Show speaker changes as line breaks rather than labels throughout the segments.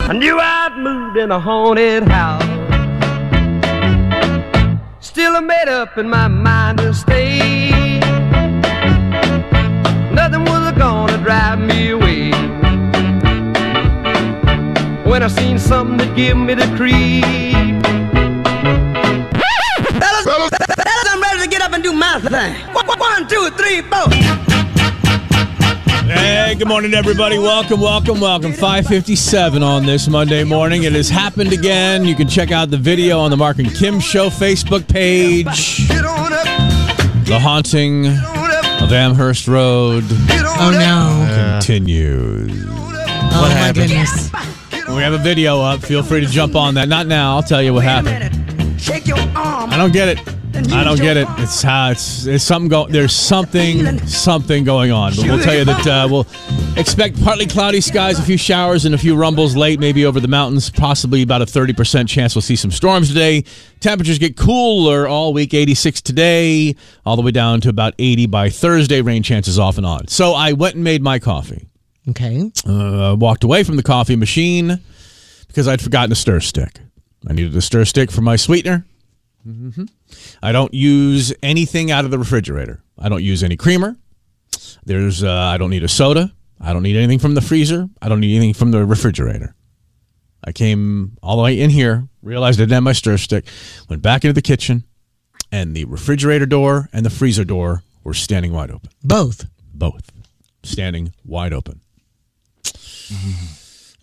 I knew I'd moved in a haunted house. Still, I made up in my mind to stay. Nothing was gonna drive me away. When I seen something that give me the creep.
Fellas, fellas, I'm ready to get up and do my thing. One, one, two, three, four.
Hey, good morning, everybody. Welcome, welcome, welcome. 557 on this Monday morning. It has happened again. You can check out the video on the Mark and Kim Show Facebook page.
Get on up,
The haunting
on up,
of Amherst Road
get on up.
Oh no!
continues.
Oh my goodness!
We have a video up. Feel free to jump on that. Not now. I'll tell you what happened.
Shake your arm.
I don't get it. I don't get it. It's how it's, it's something go, there's something something going on. But we'll tell you that uh, we'll expect partly cloudy skies, a few showers, and a few rumbles late, maybe over the mountains. Possibly about a thirty percent chance we'll see some storms today. Temperatures get cooler all week. Eighty six today, all the way down to about eighty by Thursday. Rain chances off and on. So I went and made my coffee.
Okay.
uh, walked away from the coffee machine because I'd forgotten a stir stick. I needed a stir stick for my sweetener. Mm-hmm. I don't use anything out of the refrigerator. I don't use any creamer. There's uh, I don't need a soda. I don't need anything from the freezer. I don't need anything from the refrigerator. I came all the way in here, realized I didn't have my stir stick, went back into the kitchen, and the refrigerator door and the freezer door were standing wide open
Both.
both standing wide open.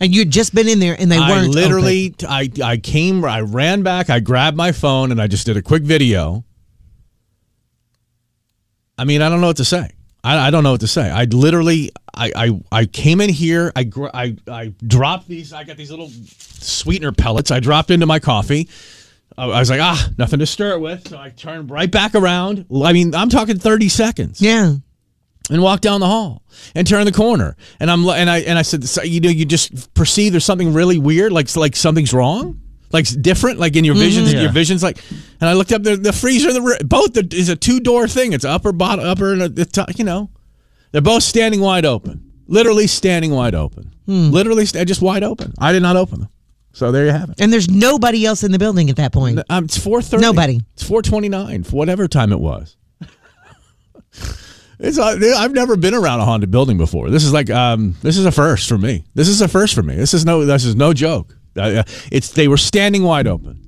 And you'd just been in there, and they
I
weren't.
literally, I, I came, I ran back, I grabbed my phone, and I just did a quick video. I mean, I don't know what to say. I, I don't know what to say. I literally, I, I, I came in here, I, gr- I, I dropped these, I got these little sweetener pellets, I dropped into my coffee. I, I was like, ah, nothing to stir it with. So I turned right back around. I mean, I'm talking 30 seconds
Yeah.
and walk down the hall and turn the corner and I'm and I and I said so, you know you just perceive there's something really weird like like something's wrong like it's different like in your visions your visions like and I looked up the, the freezer the re- both the, is a two door thing it's upper bottom upper and a, the top you know they're both standing wide open literally standing wide open literally sta- just wide open I did not open them so there you have it
And there's nobody else in the building at that point.
um, it's four thirty
Nobody.
it's four twenty nine for whatever time it was. It's, uh, I've never been around a haunted building before. This is like um, this is a first for me. This is a first for me. This is no this is no joke. Uh, uh, it's they were standing wide open.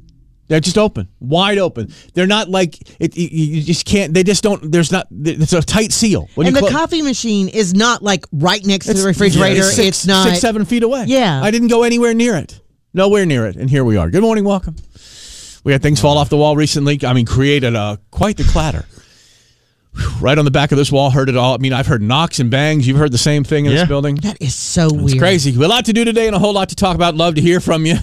They're just open, wide open. They're not like it. You, you just can't. They just don't. There's not. It's a tight seal. When
and
you
the
clo-
coffee machine is not like right next to the
it's-
refrigerator.
yeah, six-
it's not.
six, seven feet away.
Yeah.
I didn't go anywhere near it. Nowhere near it. And here we are. Good morning. Welcome. We had things fall off the wall recently. I mean, created uh, quite the clatter. Whew, Right on the back of this wall, heard it all. I mean, I've heard knocks and bangs. You've heard the same thing in
Yeah.
this building.
That is so
It's
weird.
crazy. A lot to do today and a whole lot to talk about. Love to hear from you.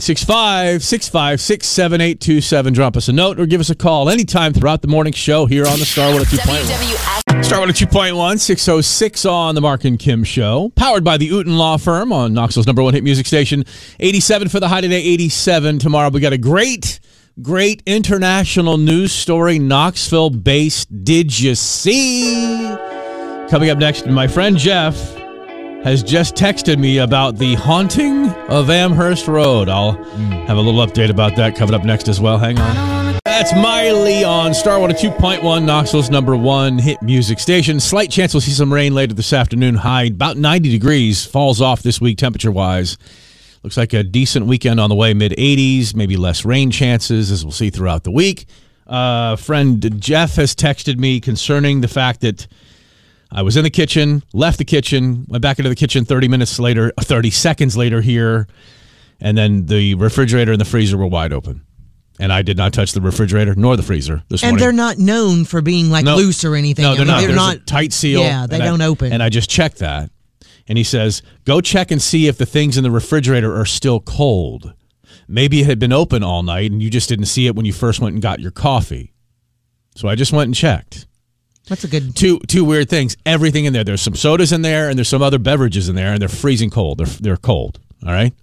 865 656 7827. Drop us a note or give us a call anytime throughout the morning show here on the oh Starwood at 2.1. Starwood at 2.1, 606 on the Mark and Kim Show. Powered by the Uten Law Firm on Knoxville's number one hit music station. 87 for the high today, 87 tomorrow. We got a great, great international news story. Knoxville based. Did you see? Coming up next, my friend Jeff has just texted me about the haunting of Amherst Road. I'll have a little update about that coming up next as well. Hang on. That's Miley on Starwater 2.1, Knoxville's number one hit music station. Slight chance we'll see some rain later this afternoon. High about 90 degrees, falls off this week temperature wise. Looks like a decent weekend on the way, mid 80s, maybe less rain chances, as we'll see throughout the week. Uh, friend Jeff has texted me concerning the fact that I was in the kitchen, left the kitchen, went back into the kitchen 30 minutes later, 30 seconds later here, and then the refrigerator and the freezer were wide open. And I did not touch the refrigerator nor the freezer this
And
morning.
they're not known for being like
No.
loose or anything.
No,
I
they're
mean,
not. There's a tight seal.
Yeah, they
and I-
don't open.
And I just checked that. And he says, go check and see if the things in the refrigerator are still cold. Maybe it had been open all night and you just didn't see it when you first went and got your coffee. So I just went and checked
That's a good.
two two weird things. Everything in there. There's some sodas in there, and there's some other beverages in there, and they're freezing cold. They're they're cold. All right.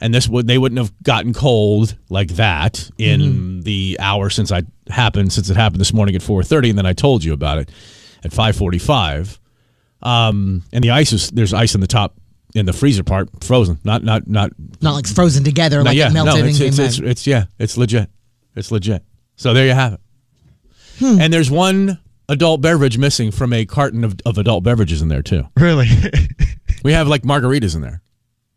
And this would they wouldn't have gotten cold like that in the hour since I happened since it happened this morning at 4:30, and then I told you about it at 5:45. Um, and the ice is there's ice in the top in the freezer part, frozen, not not not.
Not like frozen together,
not-
like
yeah,
it melted
no, it's
and
it's,
came
it's,
back.
it's- yeah, it's legit, it's legit. So there you have it.
Hmm.
And there's one adult beverage missing from a carton of, of adult beverages in there too.
Really?
We have like margaritas in there.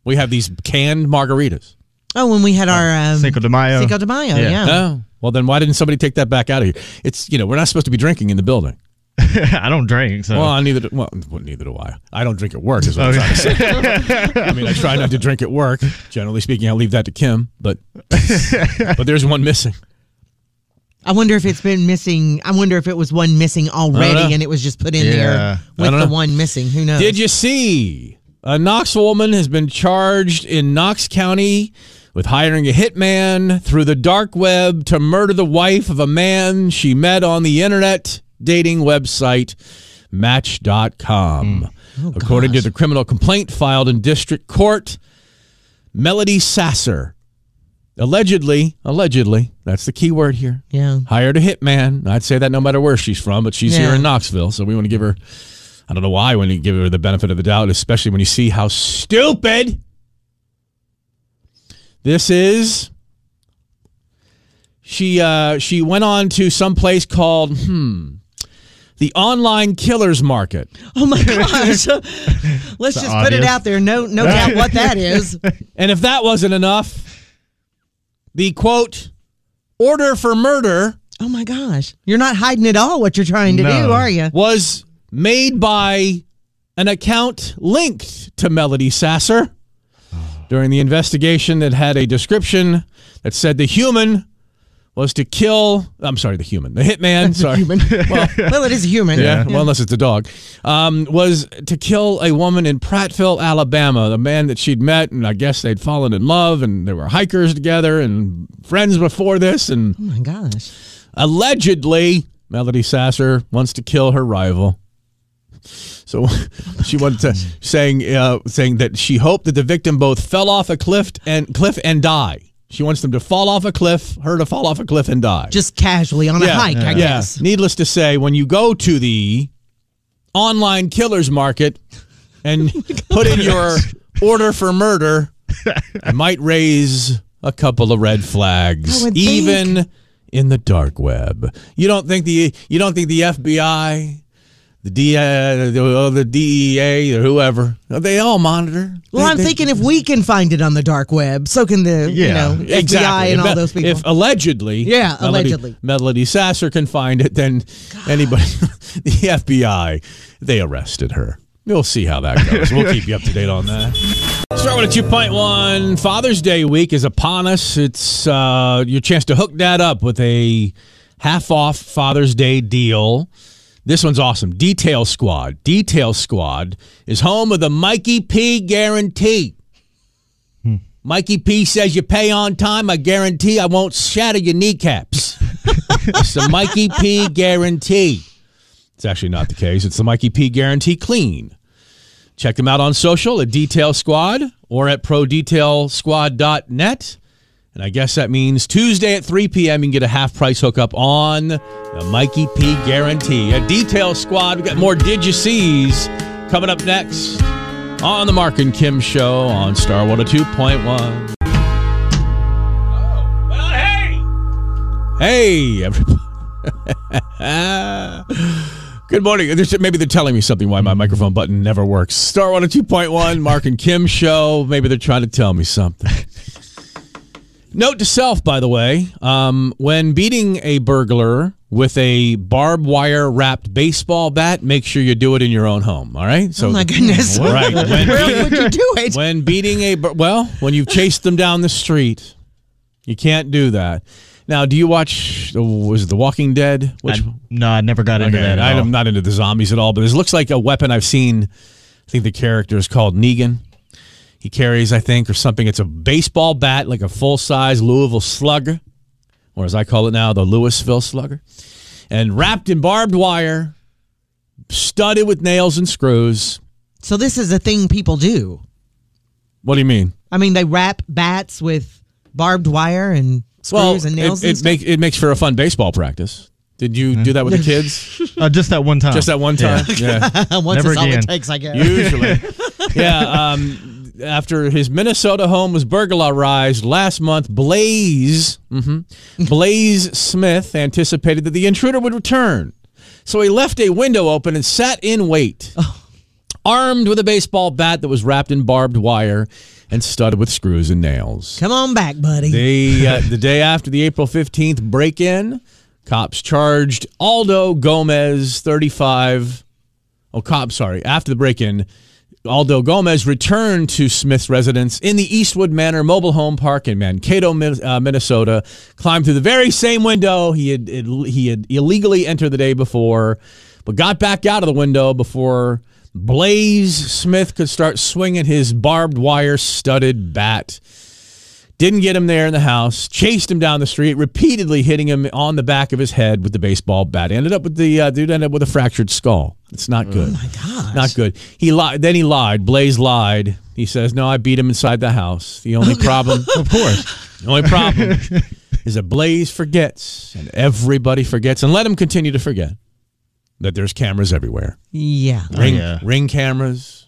We have these canned margaritas.
Oh, when we had our um,
Cinco de Mayo.
Cinco de Mayo,
Yeah.
yeah.
Oh, well then why didn't somebody take that back out of here? It's you know we're not supposed to be drinking in the building.
I don't drink, so.
Oh.
Well, I neither. Do, well, well, neither do I. I don't drink at work. Is what I'm trying to say. I mean, I try not to drink at work. Generally speaking, I leave that to Kim. But but there's one missing.
I wonder if it's been missing. I wonder if it was one missing
know.
already and it was just put in
Yeah.
there with
don't
the
know.
one missing. Who knows?
Did you see? A Knox woman has been charged in Knox County with hiring a hitman through the dark web to murder the wife of a man she met on the internet dating website Match.com. According to the criminal complaint filed in district court, Melody Sasser allegedly, allegedly, that's the key word here.
Yeah.
Hired a hitman. I'd say that no matter where she's from, but she's here
Yeah.
in Knoxville, so we want to give her I don't know why when you give her the benefit of the doubt, especially when you see how stupid this is. She uh, she went on to some place called hmm the online killers market.
Oh my gosh! Let's just put it
obvious.
out there. No, no doubt what that is.
And if that wasn't enough, the quote order for murder
Oh my gosh! You're not hiding at all what you're trying to
No.
do, are you?
was made by an account linked to Melody Sasser during the investigation that had a description that said the human was to kill. I'm sorry, the human, the hitman. sorry,
Human. Well, it is human.
Yeah, well, unless it's a dog. Um, was to kill a woman in Prattville, Alabama, the man that she'd met, and I guess they'd fallen in love, and they were hikers together and friends before this, and
Oh my gosh!
allegedly Melody Sasser wants to kill her rival. So she wanted to saying uh, saying that she hoped that the victim both fell off a cliff and cliff and die. She wants them to fall off a cliff, her to fall off a cliff and die.
Just casually on a hike, I guess.
Needless to say, when you go to the online killers market and put in your order for murder, it might raise a couple of red
I
flags,
would
even in the dark web. You don't think the you don't think the FBI, the D, uh, the, uh, the DEA, or whoever they all monitor.
Well,
They-
I'm
they-
thinking if we can find it on the dark web, so can the
Yeah,
you know FBI
exactly.
and
If
all
that-
those people.
If allegedly,
Yeah,
Melody-
allegedly.
Melody Sasser can find it, then anybody, the FBI, they arrested her. We'll see how that goes. We'll keep you up to date on that. Start with a 2.1. Father's Day week is upon us. It's uh, your chance to hook that up with a half off Father's Day deal. This one's awesome. Detail Squad. Detail Squad is home of the Mikey P guarantee. Mikey P says you pay on time, I guarantee I won't shatter your kneecaps. it's the Mikey P guarantee. It's actually not the case. It's the Mikey P guarantee clean. Check them out on social at Detail Squad or at prodetailsquad.net. And I guess that means Tuesday at 3 p.m. you can get a half price hookup on the Mikey P guarantee. A Detail Squad. We've got more Did You Sees coming up next on the Mark and Kim show on Star 102.1. Oh, Well, hey! Hey, everybody. Good morning. There's- Maybe they're telling me something why my microphone button never works. Star 102.1, Mark and Kim show. Maybe they're trying to tell me something. Note to self, by the way, um, when beating a burglar with a barbed wire wrapped baseball bat, make sure you do it in your own home. All right. So
oh my goodness!
Right. When,
Where else would you do it?
when beating a bur- well, when you've chased them down the street, you can't do that. Now, do you watch? oh, Was it The Walking Dead? Which
I- no, I never got into
Okay,
that. at all.
I'm not into the zombies at all, but this looks like a weapon I've seen. I think the character is called Negan. He carries, I think, or something. It's a baseball bat, like a full size Louisville slugger, or as I call it now, the Louisville slugger. And wrapped in barbed wire, studded with nails and screws.
So this is a thing people do.
What do you mean?
I mean, they wrap bats with barbed wire and screws and nails.
it,
and
it,
stuff.
make, it makes for a fun baseball practice. Did you do that with the kids?
Uh, just that one time.
Just that one
Yeah.
time? Yeah.
Once
Never
is all
again.
it takes, I guess.
Usually. yeah. Um, after his Minnesota home was burglarized last month, Blaze mhm, Blaze Smith anticipated that the intruder would return, so he left a window open and sat in wait,
Oh.
armed with a baseball bat that was wrapped in barbed wire and studded with screws and nails.
Come on back, buddy.
The uh, the day after the April fifteenth break in, cops charged Aldo Gomez, thirty five. Oh, cops, sorry. After the break in, Aldo Gomez returned to Smith's residence in the Eastwood Manor mobile home park in Mankato, Min- uh, Minnesota. Climbed through the very same window he had he had illegally entered the day before, but got back out of the window before. Blaze Smith could start swinging his barbed wire studded bat. Didn't get him there in the house. Chased him down the street, repeatedly hitting him on the back of his head with the baseball bat. Ended up with the uh, dude ended up with a fractured skull. It's not good. Oh my
gosh.
Not good. He lied. Then he lied. Blaze lied. He says, "No, I beat him inside the house." The only problem, of course, the only problem is that Blaze forgets, and everybody forgets, and let him continue to forget that there's cameras everywhere.
Yeah.
Ring,
yeah.
ring cameras,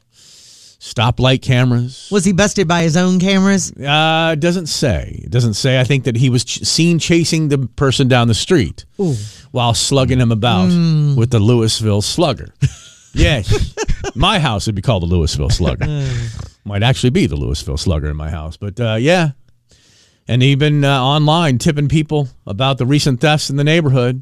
stoplight cameras.
Was he busted by his own cameras?
Uh, it doesn't say. It doesn't say. I think that he was ch- seen chasing the person down the street while slugging him about with the Louisville Slugger. yes, my house would be called the Louisville Slugger. Might actually be the Louisville Slugger in my house, but uh, yeah. And he'd been uh, online tipping people about the recent thefts in the neighborhood.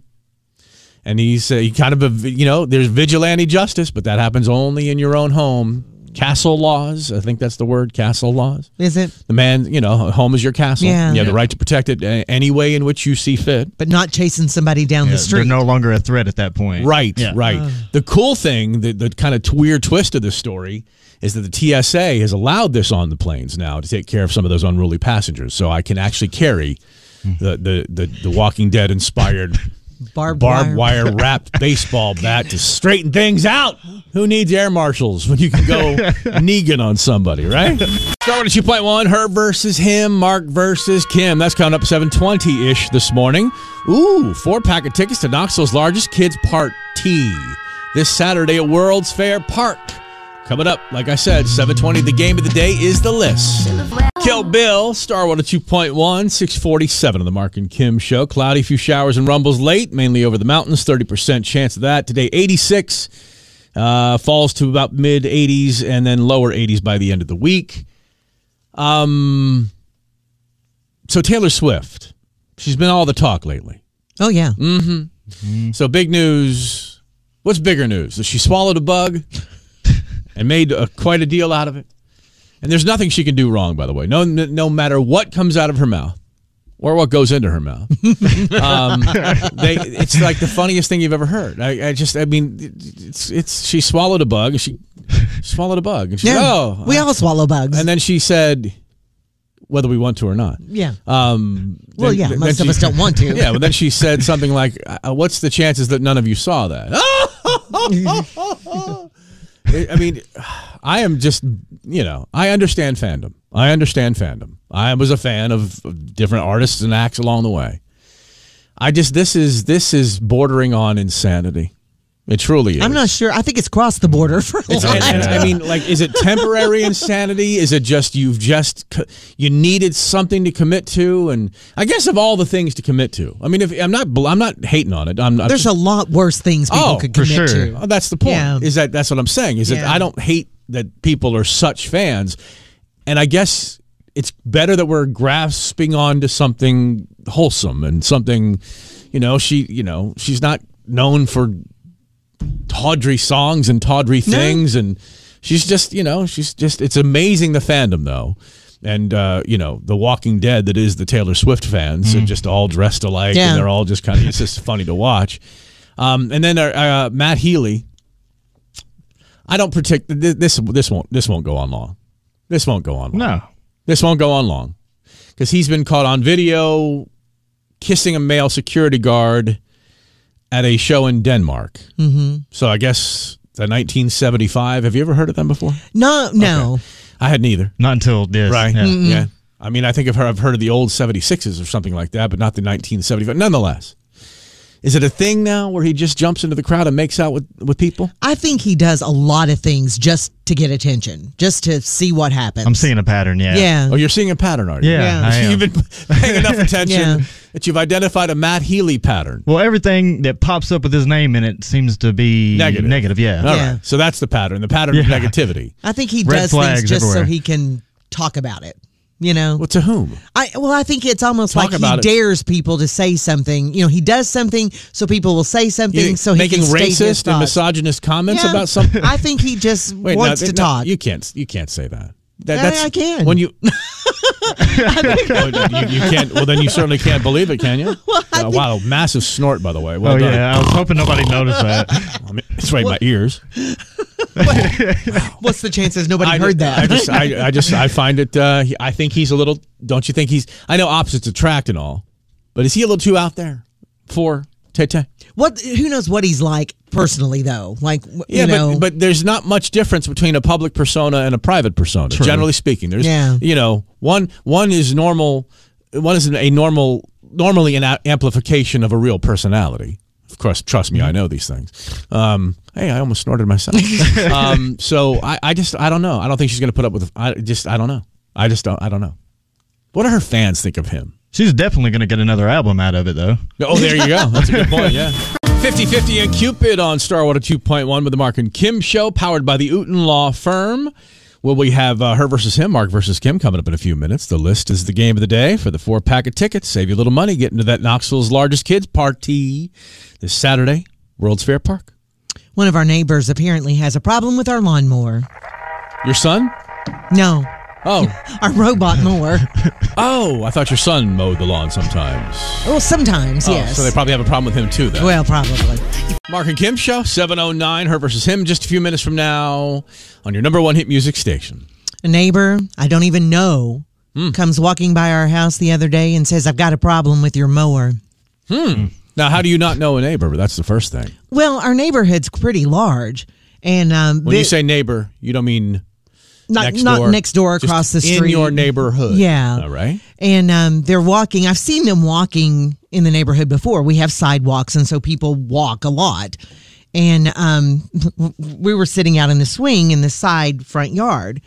And he's uh, he kind of a, vi- you know there's vigilante justice, but that happens only in your own home. Castle laws, I think that's the word. Castle laws
Is it?
the man, you know, home is your castle.
Yeah.
You have the right to protect it a- any way in which you see fit.
But not chasing somebody down the
Yeah,
street.
They're no longer a threat at that point.
Right,
Yeah.
right. the cool thing, the, the kind of t- weird twist of this story is that the TSA has allowed this on the planes now to take care of some of those unruly passengers. So I can actually carry the, the, the, the Walking Dead inspired
barbed,
barbed
wire.
wire wrapped baseball bat to straighten things out. Who needs air marshals when you can go Negan on somebody, right? Starting at 2.1, her versus him, Mark versus Kim. That's coming up 720 ish this morning. Ooh, four pack of tickets to Knoxville's largest kids part T this Saturday at World's Fair Park. Coming up, like I said, 720. The game of the day is the list. Kill Bill, Star 102.1, 647 of the Mark and Kim Show. Cloudy, few showers and rumbles late, mainly over the mountains. 30% chance of that. Today, 86. Uh, falls to about mid 80s and then lower 80s by the end of the week. Um, so Taylor Swift, she's been all the talk lately.
Oh, yeah.
Mm-hmm. So big news. What's bigger news? That she swallowed a bug and made a, quite a deal out of it. And there's nothing she can do wrong, by the way. No, n- no matter what comes out of her mouth or what goes into her mouth, um, they, it's like the funniest thing you've ever heard. I, I just, I mean, it's, it's she swallowed a bug. And she swallowed a bug. And she,
Yeah.
oh,
we all swallow bugs.
and then she said, whether we want to or not.
yeah.
Um,
Well,
then-
yeah,
then
most of
she-
us don't want to.
Yeah, but then she said something like, uh, "What's the chances that none of you saw that?" I mean, I am just, you know, I understand fandom. I understand fandom. I was a fan of of different artists and acts along the way. I just this is this is bordering on insanity. It truly is.
I'm not sure. I think it's crossed the border for a lot.
And- and I mean, like, is it temporary insanity? Is it just you've just co- you needed something to commit to? And I guess of all the things to commit to, I mean, if I'm not, bl- I'm not hating on it. I'm, I'm
There's a lot worse things people
Oh,
could
for
commit
sure.
to.
Oh, that's the point.
Yeah.
Is that that's what I'm saying? Is that
Yeah.
I don't hate that people are such fans, and I guess it's better that we're grasping onto something wholesome and something, you know. She, you know, she's not known for tawdry songs and tawdry things, and she's just, you know, she's just. It's amazing the fandom though. And uh, you know the Walking Dead that is the Taylor Swift fans
Mm.
are just all dressed alike,
Yeah.
and they're all just kind of it's just funny to watch. Um, and then uh, uh, Matt Healy. I don't predict th- this. This won't. This won't go on long. This won't go on. Long.
No.
This won't go on long because he's been caught on video kissing a male security guard at a show in Denmark. Mm-hmm. So I guess the 1975. Have you ever heard of them before?
No, no.
I had neither.
Not until this.
Right.
Yeah.
Yeah. I mean, I think I've heard, I've heard of the old 76s or something like that, but not the 1975. Nonetheless, Is it a thing now where he just jumps into the crowd and makes out with, with people?
I think he does a lot of things just to get attention, just to see what happens.
I'm seeing a pattern. Yeah.
Yeah.
Oh, you're seeing a pattern, are you?
Yeah.
Mm. Yeah.
I am.
You've been paying enough attention
Yeah.
that you've identified a Matt Healy pattern.
well, everything that pops up with his name in it seems to be
Negative. Oh,
Negative. Yeah.
All right.
Yeah.
So that's the pattern, the pattern of
Yeah.
negativity.
I think he
Red
does
flags
things just
everywhere.
so he can talk about it. You know,
Well, to whom?
I well, I think it's almost
Talk
like he
about it.
dares people to say something. You know, he does something so people will say something
You-
so he
making
can state his
racist and
thoughts.
misogynist comments
Yeah,
about something.
I think he just
Wait,
wants
no,
to
no,
talk.
You can't. You can't say that. that
Yeah, I can.
When you, Well, you, you can't. Well, then you certainly can't believe it, can you? Uh, wow, massive snort, by the way. Well
Oh
done.
yeah. I was hoping nobody noticed that.
I mean, it's right in my ears.
What's the chances nobody
I
heard that?
I just, I, I just, I find it. Uh, he- I think he's a little. Don't you think he's? I know opposites attract and all, but is he a little too out there for Tete?
what? Who knows what he's like personally, though? Like, w-
Yeah,
you know,
but, but there's not much difference between a public persona and a private persona. Generally speaking, there's
Yeah.
you know one one is normal, one is a normal normally an a- amplification of a real personality. Of course, trust me, I know these things. Um, hey, I almost snorted myself. um, so I, I just I don't know. I don't think she's going to put up with. I just I don't know. I just don't I don't know. What do her fans think of him?
She's definitely going to get another album out of it though.
Oh, there you go. That's a good point. Yeah. 50 50 and Cupid on Starwater 2.1 with the Mark and Kim show, powered by the Uten Law Firm. Well, we have uh, her versus him, Mark versus Kim coming up in a few minutes. The list is the game of the day for the four pack of tickets. Save you a little money getting to that Knoxville's largest kids party this Saturday, World's Fair Park.
one of our neighbors apparently has a problem with our lawnmower.
Your son?
No,
Oh,
our robot mower.
oh, I thought your son mowed the lawn sometimes.
well, sometimes,
Oh,
yes.
so they probably have a problem with him too, then.
well, probably.
Mark and Kim show, 709, her versus him, just a few minutes from now on your number one hit music station.
A neighbor I don't even know
Hmm.
comes walking by our house the other day and says, "I've got a problem with your mower."
Now, how do you not know a neighbor? That's the first thing.
Well, our neighborhood's pretty large, and um,
When you
thi-
say neighbor, you don't mean
not
next
not
door.
next door
just
across the street
In your neighborhood.
Yeah.
All right.
and um, they're walking. I've seen them walking in the neighborhood before. We have sidewalks, and so people walk a lot. And um, we were sitting out in the swing in the side front yard,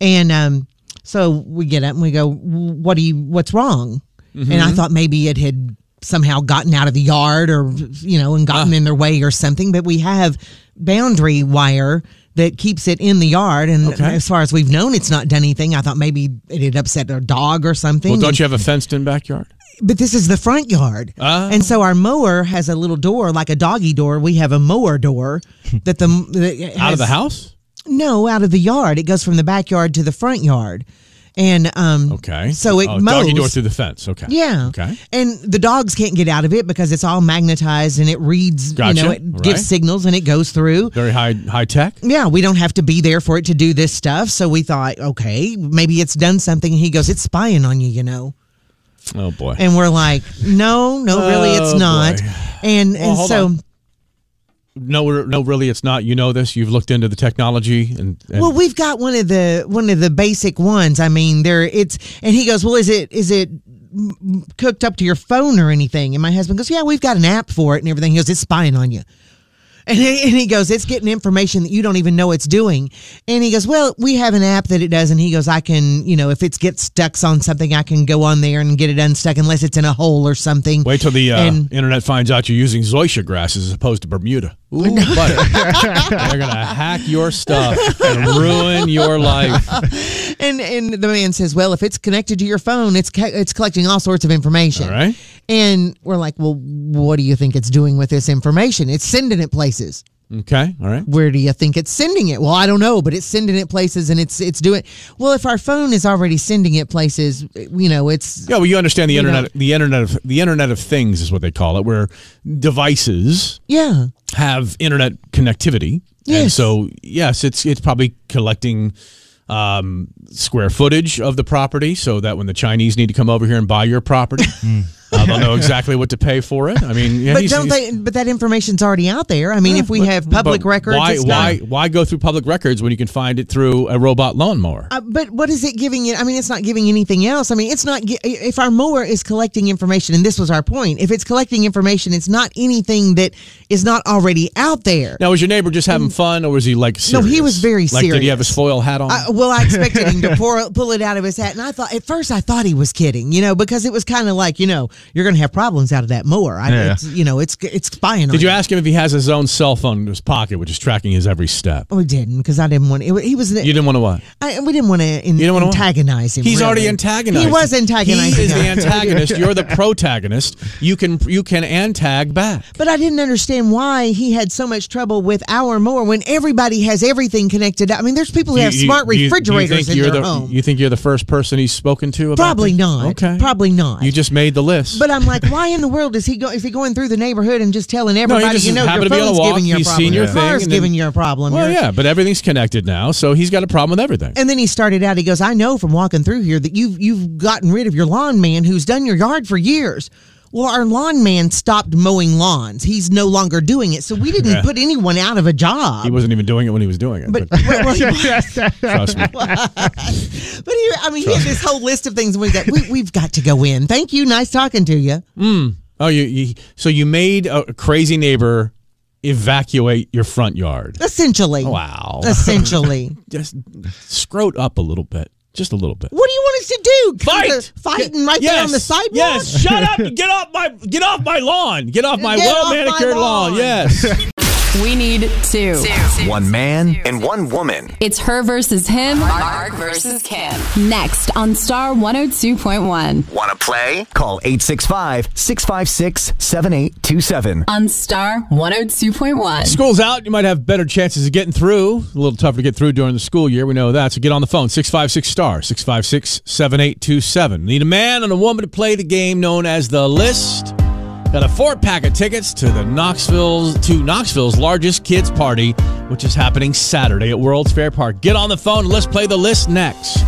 and um, so we get up and we go, "What do you? What's wrong?" And I thought maybe it had somehow gotten out of the yard, or you know, and gotten in their way or something. But we have boundary wire that keeps it in the yard, and uh,
Okay.
as far as we've known, it's not done anything. I thought maybe it had upset their dog or something.
Well, don't you have a fenced in backyard?
But this is the front yard.
Ah.
And so our mower has a little door, like a doggy door. We have a mower door that the. That
Out of the
has-
house?
No, out of the yard. It goes from the backyard to the front yard. And um,
Okay.
So it
oh,
mows.
Doggy door through the fence. Okay.
Yeah.
Okay.
And the dogs can't get out of it because it's all magnetized and it reads,
Gotcha.
you know, it
All right.
gives signals and it goes through.
Very high high tech.
Yeah, we don't have to be there for it to do this stuff. So we thought, okay, maybe it's done something. He goes, it's spying on you, you know.
Oh, boy.
And we're like, no, no, really, it's
Oh,
not.
boy.
And
Well,
and
hold
so,
on. no, no, really, it's not. You know this. You've looked into the technology. and, and
well, we've got one of the one of the basic ones. I mean, there it's and he goes, well, is it is it m- cooked up to your phone or anything? And my husband goes, yeah, we've got an app for it and everything. He goes, it's spying on you. And he, and he goes, it's getting information that you don't even know it's doing. And he goes, well, we have an app that it does. And he goes, I can, you know, if it gets stuck on something, I can go on there and get it unstuck unless it's in a hole or something.
Wait till the uh,
And-
internet finds out you're using zoysia grass as opposed to Bermuda. Ooh, buddy. They're going to hack your stuff and ruin your life.
And and the man says, "Well, if it's connected to your phone, it's ca- it's collecting all sorts of information."
All right.
And we're like, "Well, what do you think it's doing with this information? It's sending it places.
Okay. All right.
Where do you think it's sending it? Well, I don't know, but it's sending it places, and it's it's doing well. If our phone is already sending it places, you know, it's
Yeah, well, you understand the
You know-
internet. The internet of the internet of things is what they call it, where devices
yeah,
have internet connectivity. And
Yes.
so, yes, it's it's probably collecting um, square footage of the property, so that when the Chinese need to come over here and buy your property, I don't know exactly what to pay for it. I mean, yeah,
Hmm. But
he's-
don't
he's-
they? But that information's already out there. I mean, if we
But-
have public
but
records,
Why
it's
why
Not,
why go through public records when you can find it through a robot lawnmower?
uh, but what is it giving it? I mean, it's not giving anything else. I mean, it's not. gi- If our mower is collecting information, and this was our point, if it's collecting information, it's not anything that is not already out there.
now, was your neighbor just having fun, or was he like?
Mm. No,
Serious?
he was very
like, Did he have his
serious.
foil hat on?
I, Uh, well, I expected him to pour, pull it out of his hat, and I thought at first I thought he was kidding, you know, because it was kind of like you know you're going to have problems out of that mower. I,
Yeah.
it's, you know, it's it's spying. on
Did you ask him if he has his own cell phone in his pocket, which is tracking his every step?
We Oh, didn't because I didn't want. It, he was.
You didn't want to what?
I, we didn't want to in,
You don't want
antagonize him.
He's
really.
already antagonized.
He was antagonizing.
He is the
us.
antagonist. You're the protagonist. You can you can antag back.
But I didn't understand why he had so much trouble with our mower when everybody has everything connected. I mean, there's people who have
You- you-
smart
you- you think
refrigerators in
you're
their
the-
home.
You think you're the first person he's spoken to? About
Probably
this?
not.
Okay.
Probably not.
You just made the list.
But I'm like, why in the world is he go? Is he going through the neighborhood and just telling everybody?
just
you know, your
happened to be on a
phone's
walk,
giving you a
he's
problem.
seen your
your
thing,
car's
and then-
giving you a problem.
well,
your-
yeah, but everything's connected now, so he's got a problem with everything.
And then he started out. He goes, "I know from walking through here that you've you've gotten rid of your lawn man who's done your yard for years." Well, our lawn man stopped mowing lawns. He's no longer doing it, so we didn't
Yeah.
put anyone out of a job.
He wasn't even doing it when he was doing it.
but
But,
well, he-
trust me.
but he, I mean, he had this whole list of things. We got, we, we've got to go in. Thank you. Nice talking to you.
Oh, you, you so you made a crazy neighbor evacuate your front yard.
Essentially,
Wow.
Essentially,
Just scrote up a little bit, just a little bit.
what do you want us to do? Come
Fight!
to- fighting right there on the sidewalk.
Yes, shut up! Get off my get off my lawn! Get off my
Get
well
off my
manicured lawn.
lawn.
Yes.
We need two.
One man and one woman.
It's her versus him. Mark versus Kim. Next on Star 102.1.
Want to play? Call 865 656 7827.
On Star 102.1.
School's out. You might have better chances of getting through. A little tougher to get through during the school year. We know that. So get on the phone. 656 star 656 7827. Need a man and a woman to play the game known as the list. Got a four pack of tickets to the Knoxville's to Knoxville's largest kids party, which is happening Saturday at World's Fair Park. Get on the phone. and Let's play the list next.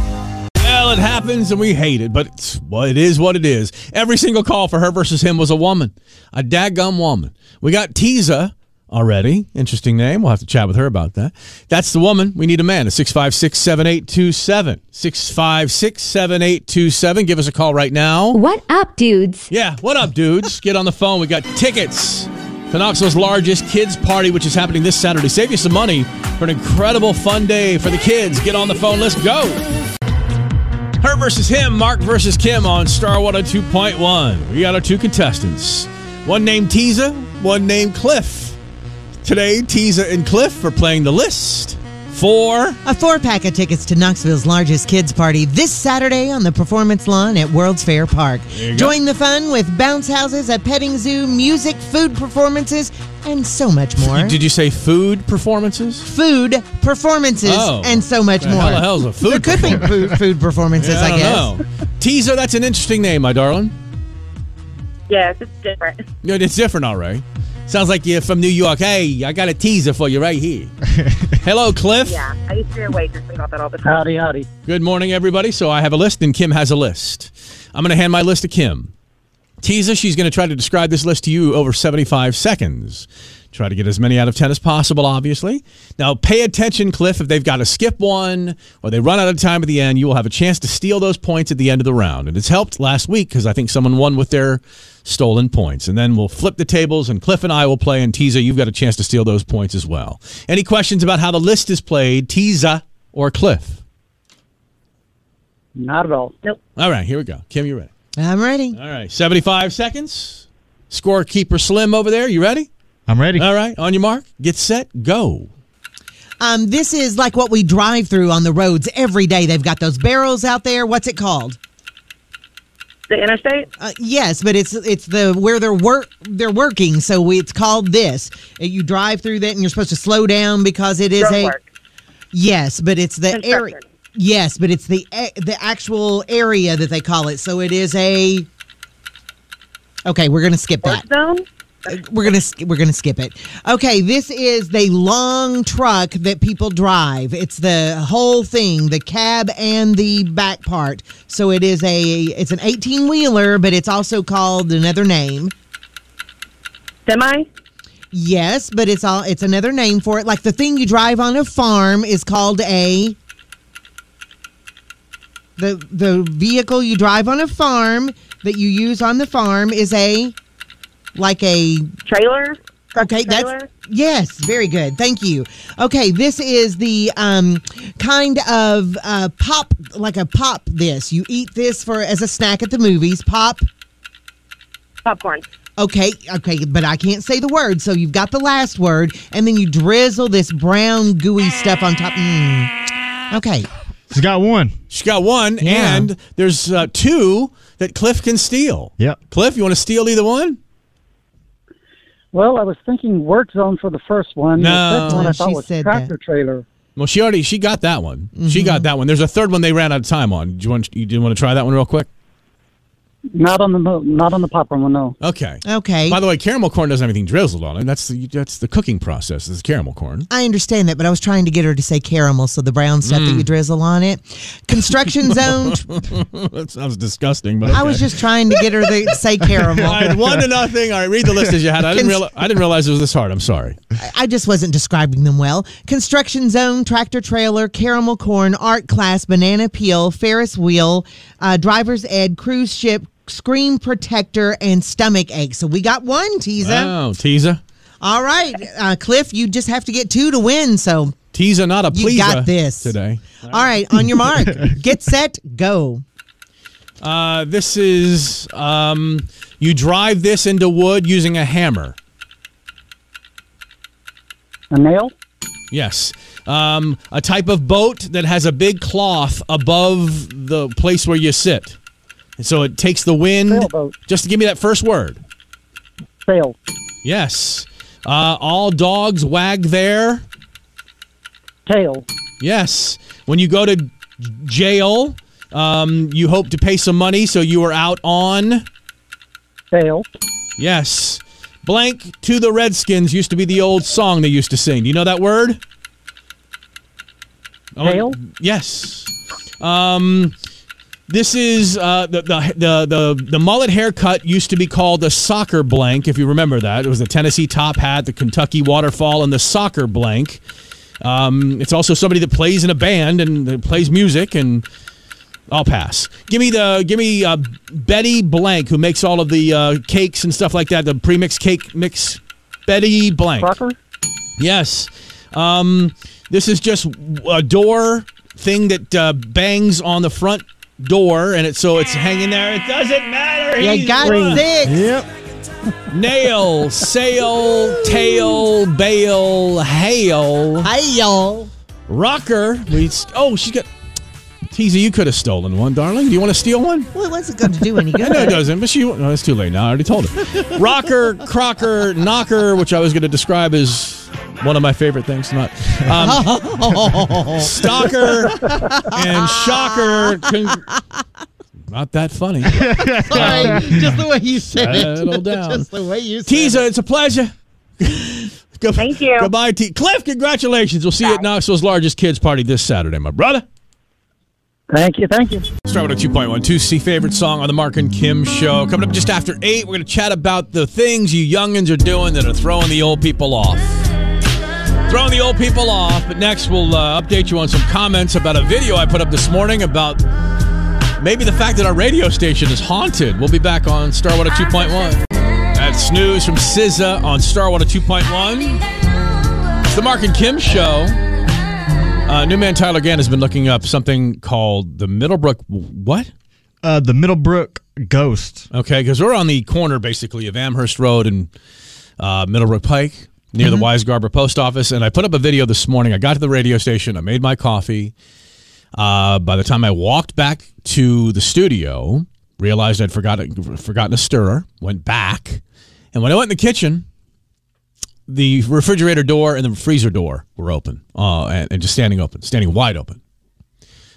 Well, it happens and we hate it, but it's, well, it is what it is. Every single call for her versus him was a woman, a daggum woman. We got Teza already. Interesting name. We'll have to chat with her about that. That's the woman. We need a man. It's 656 7827. 656 7827. Give us a call right now.
What up, dudes?
Yeah, what up, dudes? Get on the phone. We got tickets to Knoxville's largest kids party, which is happening this Saturday. Save you some money for an incredible fun day for the kids. Get on the phone. Let's go. Her versus him, Mark versus Kim on Star 102.1. We got our two contestants. One named Teza, one named Cliff. Today, Teza and Cliff are playing the list for
A four pack of tickets to Knoxville's largest kids' party this Saturday on the performance lawn at World's Fair Park.
you go.
Join the fun with bounce houses, a petting zoo, music, food performances, and so much more.
did you say food performances?
food performances
Oh.
and so much
Yeah,
more.
how the hell's a food
There could be food, food performances, I, guess.
don't know. Teza, that's an interesting name, my darling.
Yes, it's different.
No, it's different, all right. Sounds like you're from New York. Hey, I got a teaser for you right here. Hello, Cliff.
Yeah, I used to be a waitress and got that all the time.
Good morning, everybody. So I have a list, and Kim has a list. I'm going to hand my list to Kim. Teaser, she's going to try to describe this list to you over 75 seconds. Try to get as many out of 10 as possible, obviously. Now, pay attention, Cliff. If they've got to skip one or they run out of time at the end, you will have a chance to steal those points at the end of the round. And it's helped last week because I think someone won with their stolen points. And then we'll flip the tables, and Cliff and I will play. And Teaser, you've got a chance to steal those points as well. Any questions about how the list is played, Teaser or Cliff?
Not at all. Nope.
All right, here we go. Kim, you ready?
I'm ready.
All right, 75 seconds. Scorekeeper Slim over there, you ready?
I'm ready.
All right, on your mark, get set, go.
Um, this is like what we drive through on the roads every day. They've got those barrels out there. What's it called?
The interstate?
Uh, yes, but it's it's the where they're work they're working, so we, it's called this. Uh, You drive through that, and you're supposed to slow down because it is
Road
a
work.
yes, but it's the area.
Construction.
Yes, but it's the a- the actual area that they call it. So it is a. Okay, we're gonna skip that.
Work zone?
we're gonna sk- we're gonna skip it. Okay, this is the long truck that people drive. It's the whole thing, the cab and the back part. So it is a it's an eighteen wheeler, but it's also called another name.
Semi?
Yes, but it's all it's another name for it. Like the thing you drive on a farm is called a the the vehicle you drive on a farm that you use on the farm is a like a
Trailer?
Okay, that's
trailer?
yes, very good. Thank you. Okay, this is the um, kind of uh, pop, like a pop. This you eat this for as a snack at the movies. Pop.
Popcorn.
Okay, okay, but I can't say the word, so you've got the last word, and then you drizzle this brown gooey stuff on top. Mm. Okay,
She's got one.
She got one,
Yeah.
and there's uh, two that Cliff can steal.
Yep.
Cliff, you want to steal either one?
Well, I was thinking work zone for the first one.
No.
the second one I thought
She
was
said
tractor trailer.
Well, she already she got that one.
Mm-hmm.
She got that one. There's a third one they ran out of time on. Do you want you, do you want to try that one real quick?
Not on the mo- not on the popcorn one. No.
Okay.
okay.
By the way, caramel corn doesn't have anything drizzled on it. That's the that's the cooking process. Is caramel corn.
I understand that, but I was trying to get her to say caramel, so the brown stuff
Mm.
that you drizzle on it. Construction zone.
that sounds disgusting. But
I was
okay.
just trying to get her to say caramel.
All right, one to nothing. All right, read the list as you had. I didn't
Cons-
realize I didn't realize it was this hard. I'm sorry.
I just wasn't describing them well. Construction zone, tractor trailer, caramel corn, art class, banana peel, Ferris wheel, uh, driver's ed, cruise ship, screen protector, and stomach ache. So we got one, Teaser.
Oh, Teaser.
All right, uh, Cliff, you just have to get two to win. So
Teaser, not a
you
pleaser
got this
uh, today.
All right, on your mark, get set, go.
Uh, this is um, you drive this into wood using a hammer.
A nail.
Yes. Um, a type of boat that has a big cloth above the place where you sit. And so it takes the wind.
Sailboat.
Just to give me that first word.
Sail.
Yes. Uh, all dogs wag their.
Tail.
Yes. When you go to j- jail, um, you hope to pay some money, so you are out on.
Tail.
Yes. Blank to the Redskins used to be the old song they used to sing. Do you know that word? Oh,
Tail?
yes. Um, this is uh, the, the the the the mullet haircut used to be called the soccer blank. If you remember that, it was the Tennessee top hat, the Kentucky waterfall, and the soccer blank. Um, it's also somebody that plays in a band and that plays music and. I'll pass. Give me the give me uh, Betty Blank who makes all of the uh, cakes and stuff like that. The premix cake mix. Betty Blank.
Crocker.
Yes. Um, this is just a door thing that uh, bangs on the front door, and it so it's hanging there. It doesn't matter.
You
He's
got
won.
six.
Nail, sail, tail, bail, hail,
Hey, y'all.
rocker. We oh she got. Teasy, you could have stolen one, darling. Do you want to steal one?
Well, what's it going to do any good?
No, it doesn't. But she. No, it's too late now. I already told her. Rocker, crocker, knocker, which I was going to describe as one of my favorite things. Not um, stalker and shocker. Con- not that funny.
Sorry, just the way you said
Settle down.
the way you said
Teaser, it's a pleasure. Go-
Thank you.
Goodbye, T. Cliff. Congratulations. We'll see you at Knoxville's largest kids party this Saturday, my brother.
Thank you. Thank you.
Start with a 2.1, 2C favorite song on the Mark and Kim show. Coming up just after 8, we're going to chat about the things you youngins are doing that are throwing the old people off. Throwing the old people off, but next we'll uh, update you on some comments about a video I put up this morning about maybe the fact that our radio station is haunted. We'll be back on Starwater 2.1. That's news from SZA on Starwater 2.1. It's the Mark and Kim show. Uh, Newman Tyler Gann has been looking up something called the Middlebrook what?
Uh, the Middlebrook Ghost.
Okay, because we're on the corner basically of Amherst Road and uh, Middlebrook Pike near the Wise Garber Post Office. And I put up a video this morning. I got to the radio station. I made my coffee. Uh, by the time I walked back to the studio, realized I'd forgotten forgotten a stirrer. Went back, and when I went in the kitchen, the refrigerator door and the freezer door were open uh, and, and just standing open, standing wide open.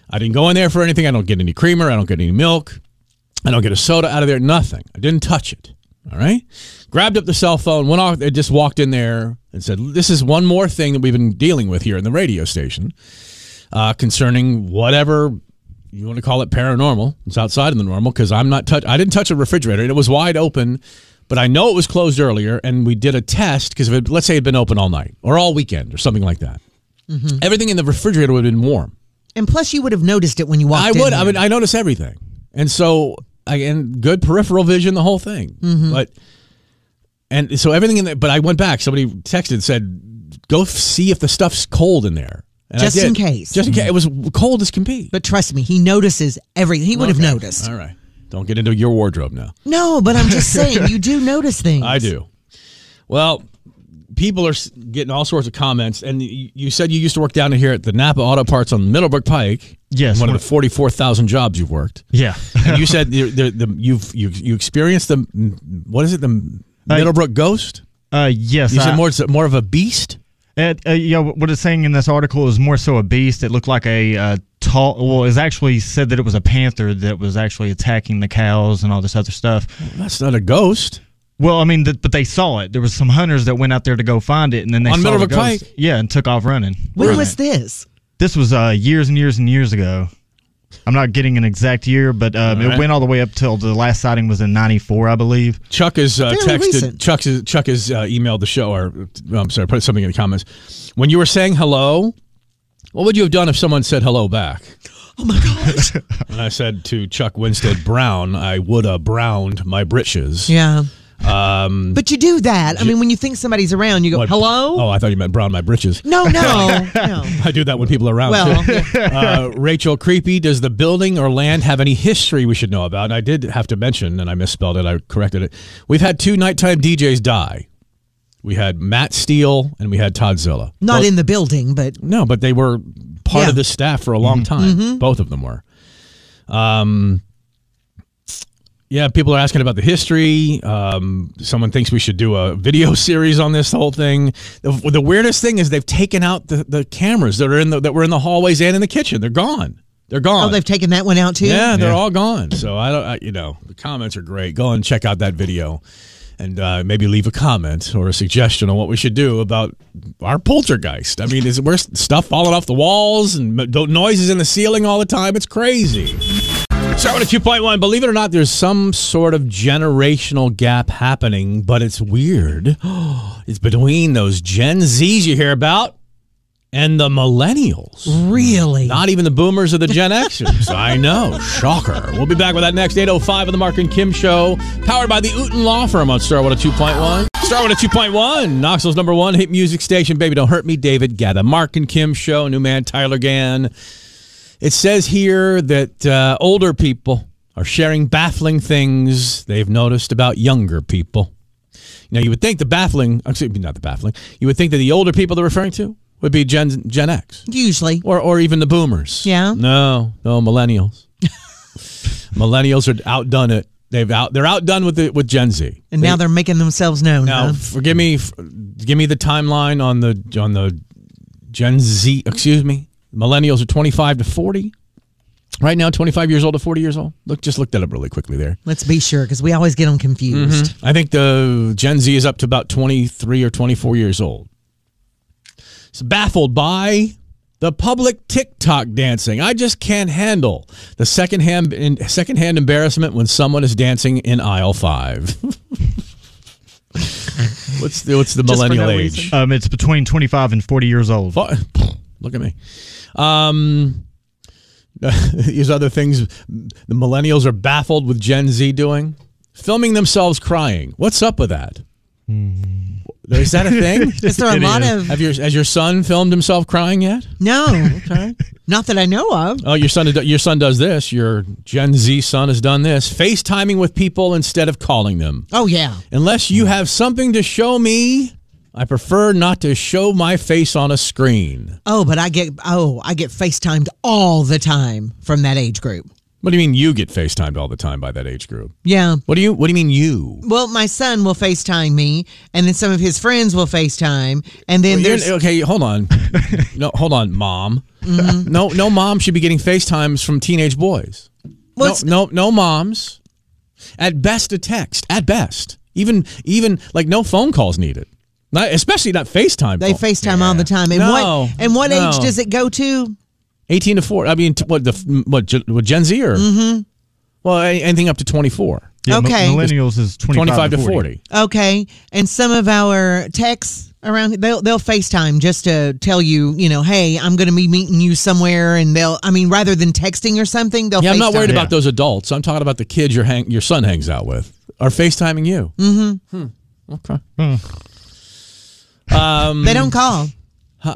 I didn't go in there for anything. I don't get any creamer. I don't get any milk. I don't get a soda out of there. Nothing. I didn't touch it. All right. Grabbed up the cell phone, went off, and just walked in there and said, This is one more thing that we've been dealing with here in the radio station uh, concerning whatever you want to call it paranormal. It's outside of the normal because I'm not touch. I didn't touch a refrigerator. It was wide open, but I know it was closed earlier. And we did a test because it, let's say it had been open all night or all weekend or something like that. Everything in the refrigerator would have been warm.
And plus, you would have noticed it when you walked
I
in.
would. I
there.
mean, I notice everything, and so I and good peripheral vision, the whole thing.
Mm-hmm.
But and so everything in there. But I went back. Somebody texted said, "Go f- see if the stuff's cold in there." And I
Just in
did.
case.
Just in case. It was cold as can be.
But trust me, he notices everything. He would have
Okay.
noticed.
All right. Don't get into your wardrobe now.
No, but I'm just saying, you do notice things.
I do. Well, people are s- getting all sorts of comments, and you you said you used to work down here at the Napa Auto Parts on Middlebrook Pike.
Yes.
one of the forty-four thousand jobs you've worked.
Yeah.
And you said the, the, the, you've you, you experienced the what is it the
Uh,
Middlebrook ghost?
uh, yes.
You
I-
said more it's more of a beast.
It, uh, yeah, what it's saying in this article is more so a beast. It looked like a uh, tall. Well, it's actually said that it was a panther that was actually attacking the cows and all this other stuff.
That's not a ghost.
Well, I mean, th- but they saw it. There was some hunters that went out there to go find it, and then they
On
saw the
Middlebrook
ghost.
Pike?
Yeah, and took off running.
When was this?
This was uh, years and years and years ago. I'm not getting an exact year, but um,
All right.
it went all the way up till the last sighting was in '94, I believe.
Chuck has uh,
Fairly
texted.
recent.
Chuck is, Chuck has uh, emailed the show, or I'm sorry, put something in the comments. When you were saying hello, what would you have done if someone said hello back?
Oh my gosh.
And I said to Chuck Winstead Brown, I would have browned my britches.
yeah. Um, but you do that. I mean, when you think somebody's around, you go,
What-
hello?
Oh, I thought you meant brown my britches.
No, no, no.
I do that when people are around.
Well,
too. uh, Rachel Creepy, does the building or land have any history we should know about? And I did have to mention, and I misspelled it, I corrected it. We've had two nighttime DJs die. We had Matt Steele and we had Todd Zilla.
Not
Both-
in the building, but oh,
No, but they were part
Yeah. Mm-hmm.
of the staff for a long time. Both of them were. Um, yeah, people are asking about the history. Um, someone thinks we should do a video series on this whole thing. The, the weirdest thing is they've taken out the, the cameras that are in the that were in the hallways and in the kitchen. They're gone. They're gone.
oh, they've taken that one out too?
yeah, they're
Yeah.
all gone. So I don't. I, you know, the comments are great. Go and check out that video, and uh, maybe leave a comment or a suggestion on what we should do about our poltergeist. I mean, is we're stuff falling off the walls and m- do- noises in the ceiling all the time. It's crazy. Start with a two point one. Believe it or not, there's some sort of generational gap happening, but it's weird. It's between those Gen Zs you hear about and the millennials.
Really?
Not even the boomers or the Gen Xers. I know. Shocker. We'll be back with that next 805 on the Mark and Kim Show, powered by the Uten Law Firm on oh Starwood 2.1. Starwood 2.1, Knoxville's number oh one hit music station. Baby, don't hurt me, David Gadda. Mark and Kim Show, new man Tyler Gann. It says here that uh, older people are sharing baffling things they've noticed about younger people. Now, you would think the baffling, excuse me, not the baffling, you would think that the older people they're referring to would be Gen, Gen X
Usually.
or or even the boomers.
Yeah.
No, no millennials. millennials are outdone it. They've out they're outdone with it with Gen Z.
And now they're making themselves known.
Now,
huh?
forgive me, f- give me the timeline on the on the Gen Z. Excuse me, millennials are twenty five to forty. Right now, twenty five years old to forty years old. Look, just looked that up really quickly there.
Let's be sure because we always get them confused.
I think the Gen Z is up to about 23 or 24 years old. It's baffled by the public TikTok dancing. I just can't handle the secondhand in, secondhand embarrassment when someone is dancing in aisle five. what's the, what's the
Just for
millennial
no
age?
reason.
Um, it's between 25 and 40 years old.
Fu- Look at me. Um, these other things the millennials are baffled with Gen Z doing. Filming themselves crying. What's up with that? Is that a thing?
Hmm. Is there a
It
lot
is.
of.
Have your has your son filmed himself crying yet?
No. Not that I know of.
Oh, your son your son does this. Your Gen Z son has done this. FaceTiming with people instead of calling them.
Oh, yeah.
Unless you have something to show me, I prefer not to show my face on a screen.
Oh, but I get. Oh, I get FaceTimed all the time from that age group.
What do you mean you get FaceTimed all the time by that age group?
Yeah.
What do you What do you mean you?
Well, my son will FaceTime me, and then some of his friends will FaceTime, and then
You're-
there's
okay, hold on. no, hold on, mom.
Mm-hmm.
No, no, mom should be getting FaceTimes from teenage boys.
Well, it's-
no, no, no moms. At best, a text. At best, Even even like no phone calls needed. Not, especially not FaceTime.
They
call.
FaceTime all the time. And
No,
what and what
no.
age does it go to?
18 to 4. I mean t- what the f- what, Gen- what Gen Z or mm-hmm. Well, a- anything up to 24.
Yeah, mi-
Okay.
millennials is 25,
25 to 40.
Okay. And some of our texts around they'll they'll FaceTime just to tell you, you know, hey, I'm gonna be meeting you somewhere and they'll I mean, rather than texting or something, they'll
Yeah, I'm not
FaceTime.
worried
Yeah.
about those adults. I'm talking about the kids your hang- your son hangs out with are FaceTiming you. Mm-hmm. Hmm. Okay.
They don't call.
Mm.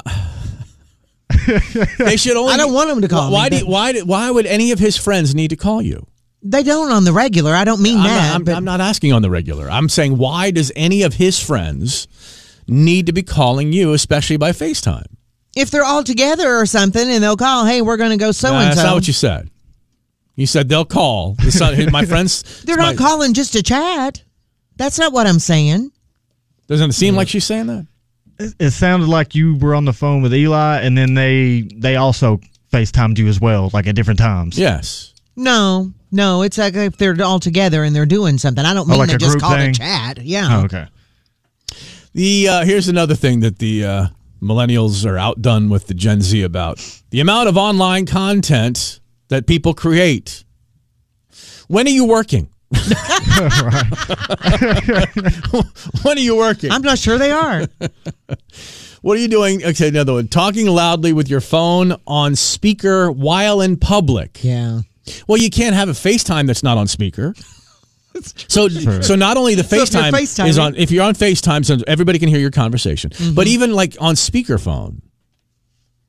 They should only.
I don't want 'em to call
Why
me,
do you-
but-
why do- why would any of his friends need to call you?
They don't on the regular. I don't mean
I'm,
that.
not, I'm-
but
I'm not asking on the regular. I'm saying why does any of his friends need to be calling you, especially by FaceTime?
if they're all together or something and they'll call, hey, we're gonna go so
Nah,
and
that's
so.
not what you said. You said they'll call. The son- my friends.
They're
my-
not calling just to chat. That's not what I'm saying.
Doesn't it seem like she's saying that?
It, it sounded like you were on the phone with Eli, and then they they also FaceTimed you as well, like at different times.
Yes.
No, no, it's like if they're all together and they're doing something. I don't mean
Oh, like
they
a
just
group
call
thing?
it chat. Yeah.
Oh, okay.
The uh, here's another thing that the uh, millennials are outdone with the Gen Z about the amount of online content that people create. When are you working? when are you working?
I'm not sure they are.
what are you doing? Okay, another one. Talking loudly with your phone on speaker while in public.
yeah.
Well, you can't have a FaceTime that's not on speaker. So, so not only the
if you're
FaceTime is
FaceTiming- Mm-hmm.
on. If you're on FaceTime, so everybody can hear your conversation. But even like on speakerphone,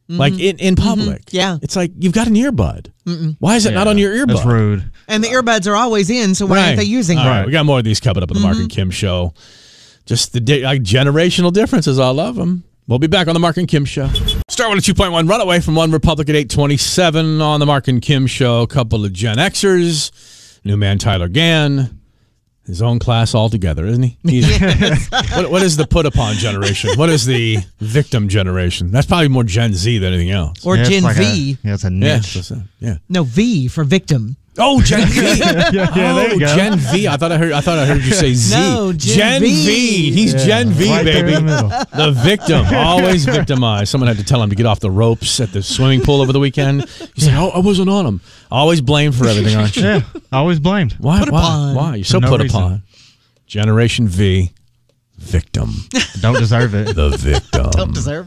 like in, in public,
Mm-hmm. Yeah.
it's like you've got an earbud. Why is it not on your earbud?
That's rude.
And the earbuds are always in, so why aren't they using Mm-hmm.
All
them?
right, we got more of these coming up on the Mark and Kim show. Just the di- like generational differences. I love them. We'll be back on the Mark and Kim show. Start with a 2.1 runaway from One Republic at 827 on the Mark and Kim show. A couple of Gen Xers, new man Tyler Gann, his own class altogether, isn't he? He's- what, what is the put upon generation? What is the victim generation? That's probably more Gen Z than anything else.
Or
Yeah, it's
Gen
like
V.
A, yeah, it's a
yeah,
niche.
that's it, yeah.
no, V for victim.
Oh, Gen V.
yeah, there
oh,
you go.
Gen V. I thought I heard. I thought I heard you say Z.
No, Gen
v.
V.
He's Gen V,
Right there
baby.
in the middle.
The victim, always victimized. Someone had to tell him to get off the ropes at the swimming pool over the weekend. He said, "Oh, I wasn't on him." Always blamed for everything, aren't you?
yeah, always blamed.
Why? why?
upon.
Why? You're so
For no
put
reason.
upon. Generation V, victim.
Don't deserve it.
The victim.
Don't deserve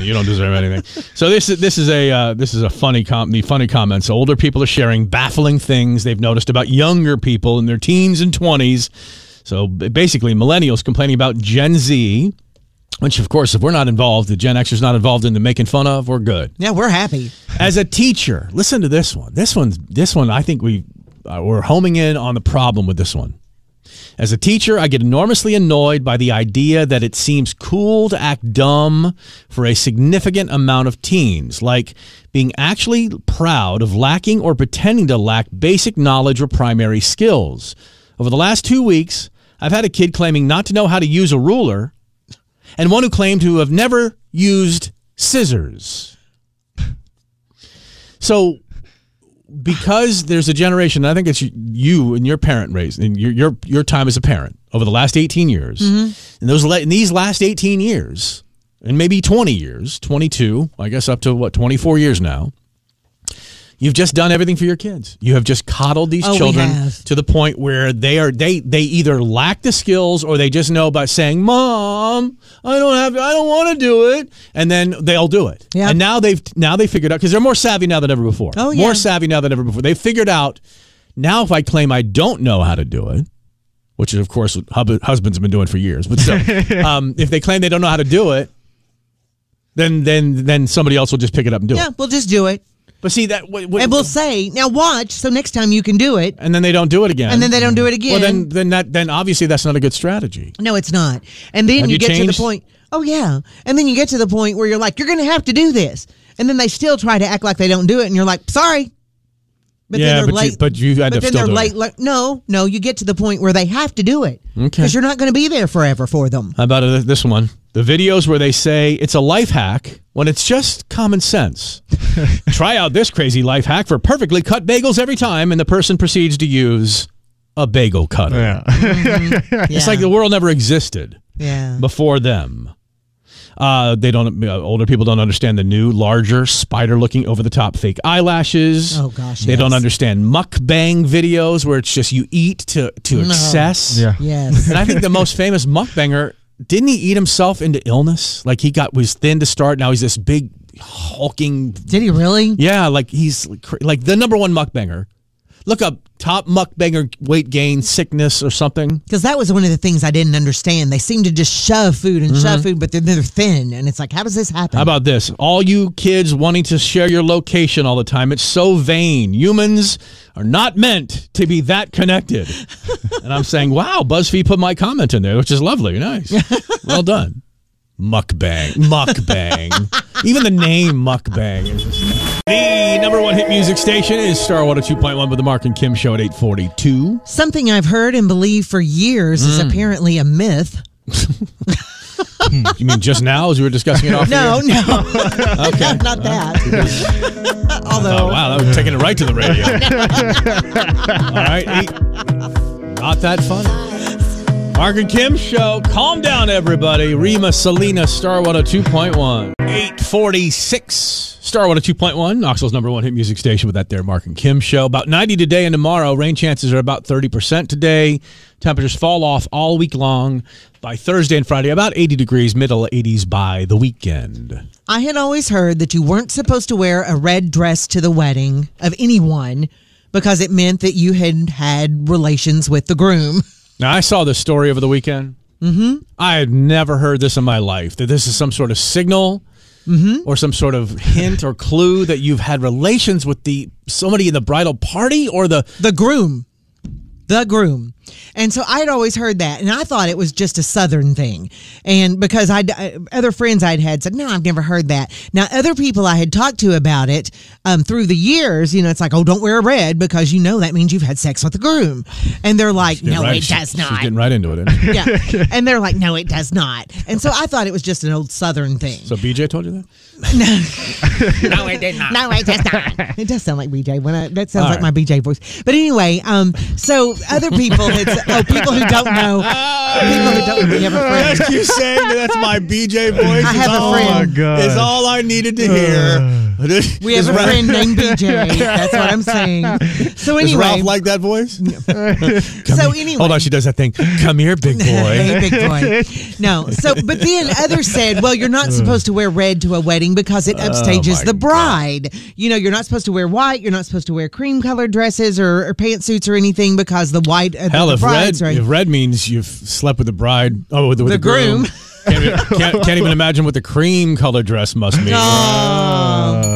you don't deserve anything. So this is this is a uh, this is a funny com the funny comments. Older people are sharing baffling things they've noticed about younger people in their teens and twenties. So b- basically, millennials complaining about Gen Z, which of course, if we're not involved, the Gen Xers not involved in the making fun of, we're good.
yeah, we're happy.
As a teacher, listen to this one. This one's this one. I think we uh, we're homing in on the problem with this one. As a teacher, I get enormously annoyed by the idea that it seems cool to act dumb for a significant amount of teens, like being actually proud of lacking or pretending to lack basic knowledge or primary skills. Over the last two weeks, I've had a kid claiming not to know how to use a ruler and one who claimed to have never used scissors. So because there's a generation, and I think it's you and your parent raised, and your your your time as a parent over the last 18 years,
Mm-hmm.
and those la- in these last 18 years, and maybe 20 years, 22, I guess up to what 24 years now. You've just done everything for your kids. You have just coddled these
Oh, we
children
have.
to the point where they are they they either lack the skills or they just know by saying, "Mom, I don't have I don't want to do it," and then they'll do it.
Yeah.
And now they've now they figured out because they're more savvy now than ever before.
Oh, yeah.
More savvy now than ever before. They figured out now if I claim I don't know how to do it, which is, of course, what hub- husbands have been doing for years, but still, um, if they claim they don't know how to do it, then then then somebody else will just pick it up and do
Yeah,
it.
we'll just do it.
But see, that. What, what-
And we'll say, now watch, so next time you can do it.
and then they don't do it again.
And then they don't do it again.
Well, then, then that, then obviously that's not a good strategy.
No, it's not. And then
Have
you,
you
get to
changed?
the point. Oh yeah. And then you get to the point where you're like, you're going to have to do this. And then they still try to act like they don't do it, and you're like, sorry. But
Yeah,
then
but
they're
you-
late.
but you end
but
up
then
still
they're
doing
late.
it.
le- no, no, you get to the point where they have to do it
Okay.
because you're not going to be there forever for them.
How about th- this one? The videos where they say it's a life hack when it's just common sense. Try out this crazy life hack for perfectly cut bagels every time, and the person proceeds to use a bagel cutter.
Yeah.
It's like the world never existed
yeah.
before them. Uh, they don't. Uh, older people don't understand the new, larger, spider-looking, over-the-top fake eyelashes.
Oh, gosh,
They don't
yes.
understand mukbang videos where it's just you eat to to excess.
Yeah.
Yes.
And I think the most famous mukbanger didn't he eat himself into illness? Like he got was thin to start. Now he's this big hulking.
Did he really?
Yeah, like he's like, cra- like the number one mukbanger. Look up top mukbanger weight gain sickness or something.
Because that was one of the things I didn't understand. They seem to just shove food and shove food, but then they're thin, and it's like, how does this happen?
Mm-hmm. How about this? All you kids wanting to share your location all the time. It's so vain. Humans are not meant to be that connected. and I'm saying, wow, BuzzFeed put my comment in there, which is lovely. Nice. Well done. Mukbang. Mukbang. Even the name Mukbang. is just- The number one hit music station is Star oh Water 2.1 with the Mark and Kim show at 842.
Something I've heard and believed for years
Mm.
is apparently a myth.
You mean just now as we were discussing it off the
No,
air?
no,
Okay.
not that.
Oh,
Although,
wow, that was taking it right to the radio. All right, eight. Not that funny. Mark and Kim show. Calm down, everybody. Rima Selena, Star 102.1. 846, Star 102.1. Knoxville's number one hit music station with that there Mark and Kim show. About 90 today and tomorrow. Rain chances are about 30% today. Temperatures fall off all week long. By Thursday and Friday, about 80 degrees, middle 80s by the weekend.
I had always heard that you weren't supposed to wear a red dress to the wedding of anyone because it meant that you had had relations with the groom.
Now I saw this story over the weekend. Mm-hmm. I had never heard this in my life that this is some sort of signal
Mm-hmm.
or some sort of hint or clue that you've had relations with the somebody in the bridal party or the
The groom. The groom. And so I had always heard that. And I thought it was just a Southern thing. And because I'd, I, other friends I'd had said, no, I've never heard that. Now, other people I had talked to about it um, through the years, you know, it's like, oh, don't wear red because you know that means you've had sex with the groom. And they're like, no,
Right,
it
she-
does
She's
not.
getting right into it. isn't she?
yeah. And they're like, no, it does not. And so I thought it was just an old Southern thing.
So BJ told you that.
no, it did not. No, it does not. It does sound like BJ. When I, that sounds
All
like
right.
my BJ voice. But anyway, um, so other people, it's, oh, people who don't know, people who don't Uh, we have a friend.
you saying that that's my BJ voice.
I
is
have a
all-
friend. Uh,
God.
is all I needed to hear.
We have
Is
a
Ralph-
friend named BJ. That's what I'm saying. So
Does
anyway,
Ralph like that voice?
so anyway,
Hold on, she does that thing. Come here, big boy.
Hey, big boy. No. So, but then others said, well, you're not supposed to wear red to a wedding because it
Oh,
upstages
my
the bride. You know, you're not supposed to wear white. You're not supposed to wear cream colored dresses or, or pantsuits or anything because the white. Uh,
Hell,
the
if red,
bride's right.
if red means you've slept with the bride, oh, with, with the,
The
groom.
groom.
can't, even- can't- can't even imagine what the cream color dress must mean.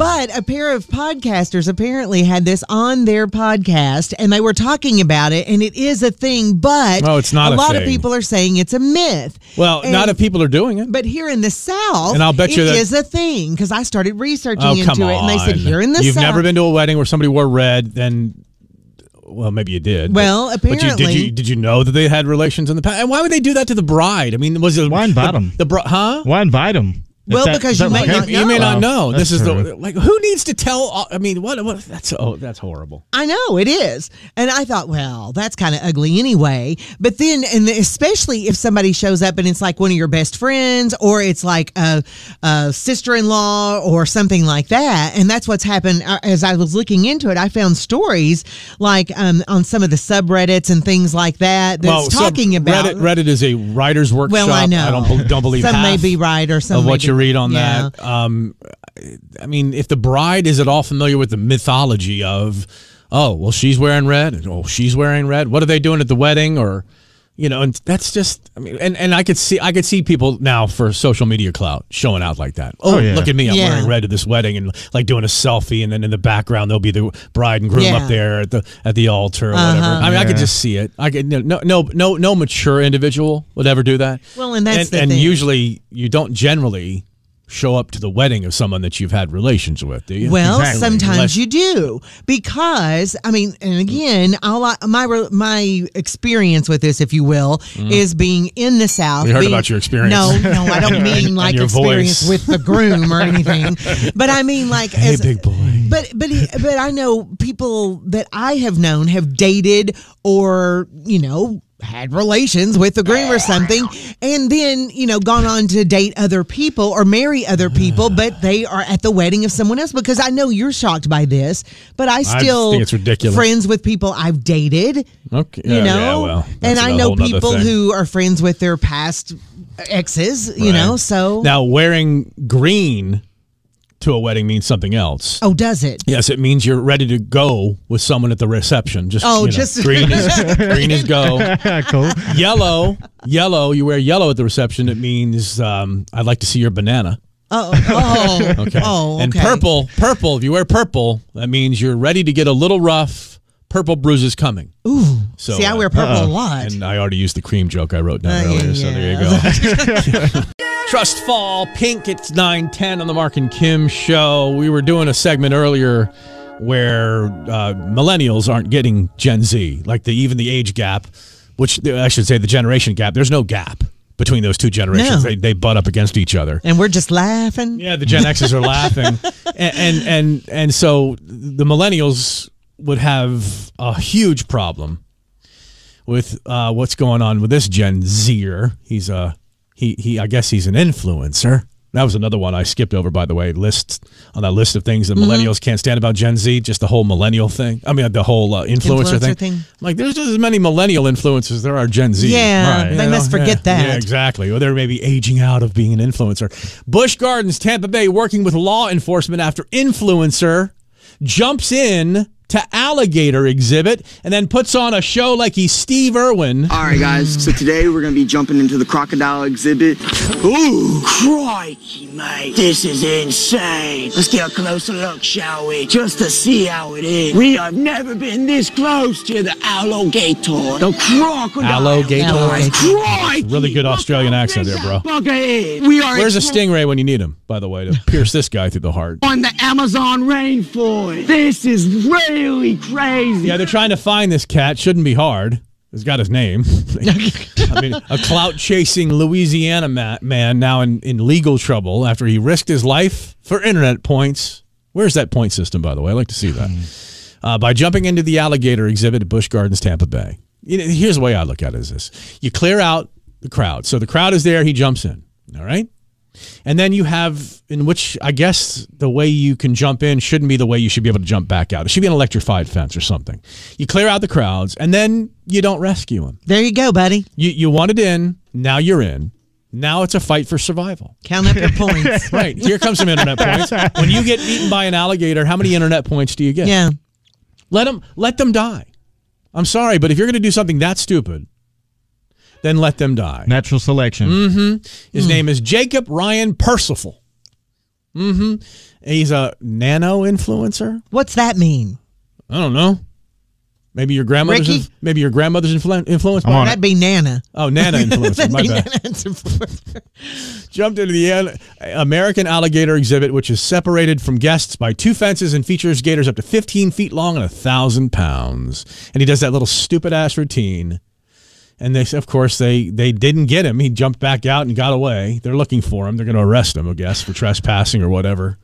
But a pair of podcasters apparently had this on their podcast and they were talking about it and it is a thing, but
No, it's not a
lot of
thing.
people are saying it's a myth.
Well,
And-
not if people are doing it.
But here in the South,
And I'll bet you
it
that-
is a thing because I started researching
Oh, come
into it, and they said
on.
here in the
You've
South,
never been to a wedding where somebody wore red, then. Well, maybe you did. but-
Well,
but you-
apparently-
did you did you know that they had relations in the past? And why would they do that to the bride? I mean, was it
Why invite
the,
'em?
The bri- huh?
Why invite him?
Well, because you may not
You may
Oh,
No.
not know. This is the like who needs to tell? uh, I mean, what? what that's oh, that's horrible.
I know it is, and I thought, well, that's kind of ugly anyway. But then, and especially if somebody shows up and it's like one of your best friends, or it's like a, a sister-in-law, or something like that, and that's what's happened. Uh, As I was looking into it, I found stories like um, on some of the subreddits and things like that that's
so
talking about
Reddit. Reddit is a writer's workshop.
Well, I know.
I don't, bel- don't believe
some may
half
be right or some
of
may
what
be-
you read on
Yeah.
that. Um, I mean, if the bride is at all familiar with the mythology of, oh, well, she's wearing red, and oh, she's wearing red. What are they doing at the wedding? Or, you know, and that's just. I mean, and, and I could see I could see people now for social media clout showing out like that. Oh,
Oh, yeah.
look at me, I'm
Yeah.
wearing red to this wedding, and like doing a selfie, and then in the background there'll be the bride and groom
Yeah. Uh-huh.
up there at the at the altar or whatever. I mean, I could
Yeah.
just see it. I could no no no no, no mature individual would ever do that.
Well, and that's
and,
the
and
thing.
usually you don't generally show up to the wedding of someone that you've had relations with, do you?
Well,
Exactly.
sometimes
Unless-
you do because I mean, and again, all I, my re- my experience with this, if you will, is being in the South.
We Mm. heard
being-
about your experience.
No, no, I don't mean like
your
experience
voice.
with the groom or anything, but I mean like
hey,
as
big boy.
but but he, but I know people that I have known have dated or you know had relations with a groom or something, and then you know gone on to date other people or marry other people, but they are at the wedding of someone else. Because I know you're shocked by this, but I
just
still
think it's ridiculous.
Friends with people I've dated,
Okay.
you
yeah,
know,
yeah, well, that's
and I
a
know
whole nother
people
thing.
who are friends with their past exes, you
Right.
know. So
Now, wearing green to a wedding means something else.
oh, does it?
Yes, it means you're ready to go with someone at the reception. Just
Oh,
you know,
just-
green is green is go.
cool.
Yellow, yellow. You wear yellow at the reception. It means um, I'd like to see your banana.
Oh, oh,
Okay.
oh, okay.
And purple, purple. If you wear purple, that means you're ready to get a little rough. Purple bruise is coming. Ooh. So
See, I
uh,
wear purple a lot.
and I already used the cream joke I wrote down
Uh,
earlier,
yeah,
so there you go. Trust Fall Pink, it's 910 on the Mark and Kim show. We were doing a segment earlier where uh, millennials aren't getting Gen Z, like the even the age gap, which I should say the generation gap. There's no gap between those two generations.
No.
They, they butt up against each other.
and we're just laughing.
Yeah, the Gen Xers are laughing, and, and and and so the millennials would have a huge problem with uh, what's going on with this Gen Zer. He's a he he. I guess he's an influencer. That was another one I skipped over, by the way. List on that list of things that millennials can't stand about Gen Z, just the whole millennial thing. I mean, the whole uh, influencer,
Influencer
thing.
thing.
I'm Like, there's just as many millennial influencers as there are Gen Z.
Yeah,
you
they must forget
yeah.
that.
Yeah, exactly. Or they're maybe aging out of being an influencer. Bush Gardens, Tampa Bay, working with law enforcement after influencer jumps in to alligator exhibit and then puts on a show like he's Steve Irwin.
All right, guys. So today we're gonna be jumping into the crocodile exhibit. Ooh, crikey, mate! This is insane. Let's get a closer look, shall we? Just to see how it is. We have never been this close to the alligator, the crocodile.
Alligator.
Alligator.
Crikey!
Really good
Look
Australian
how
accent
big
there, bro.
that Bugger is. We are
Where's a
exploring
stingray when you need him, by the way, to pierce this guy through the heart?
the Amazon rainforest. This is really crazy.
Yeah, they're trying to find this cat. Shouldn't be hard. He's got his name. I mean, a clout chasing Louisiana ma- man now in, in legal trouble after he risked his life for internet points. Where's that point system, by the way? I'd like to see that. Uh, by jumping into the alligator exhibit at Busch Gardens, Tampa Bay. You know, here's the way I look at it is this you clear out the crowd. So the crowd is there, he jumps in. All right. And then you have, in which I guess the way you can jump in shouldn't be the way you should be able to jump back out. It should be an electrified fence or something. You clear out the crowds and then you don't rescue him.
There you go, buddy.
You, you wanted in, now you're in. Now it's a fight for survival.
Count up your points.
Right. Here comes some internet points. When you get eaten by an alligator, how many internet points do you get?
Yeah.
Let them let them die. I'm sorry, but if you're going to do something that stupid, then let them die.
Natural selection.
Mm-hmm. His name is Jacob Ryan Percival. Mm-hmm. He's a nano influencer.
What's that mean?
I don't know. Maybe your grandmother's
Ricky?
inf- maybe your grandmother's influ- influence.
I'm on it.
That'd be Nana.
Oh, nano influencer.
That'd
My
be
bad.
Nana's influencer.
Jumped into the al- American alligator exhibit, which is separated from guests by two fences and features gators up to 15 feet long and a thousand pounds. And he does that little stupid ass routine. And they, of course, they they didn't get him. He jumped back out and got away. They're looking for him. They're going to arrest him, I guess, for trespassing or whatever.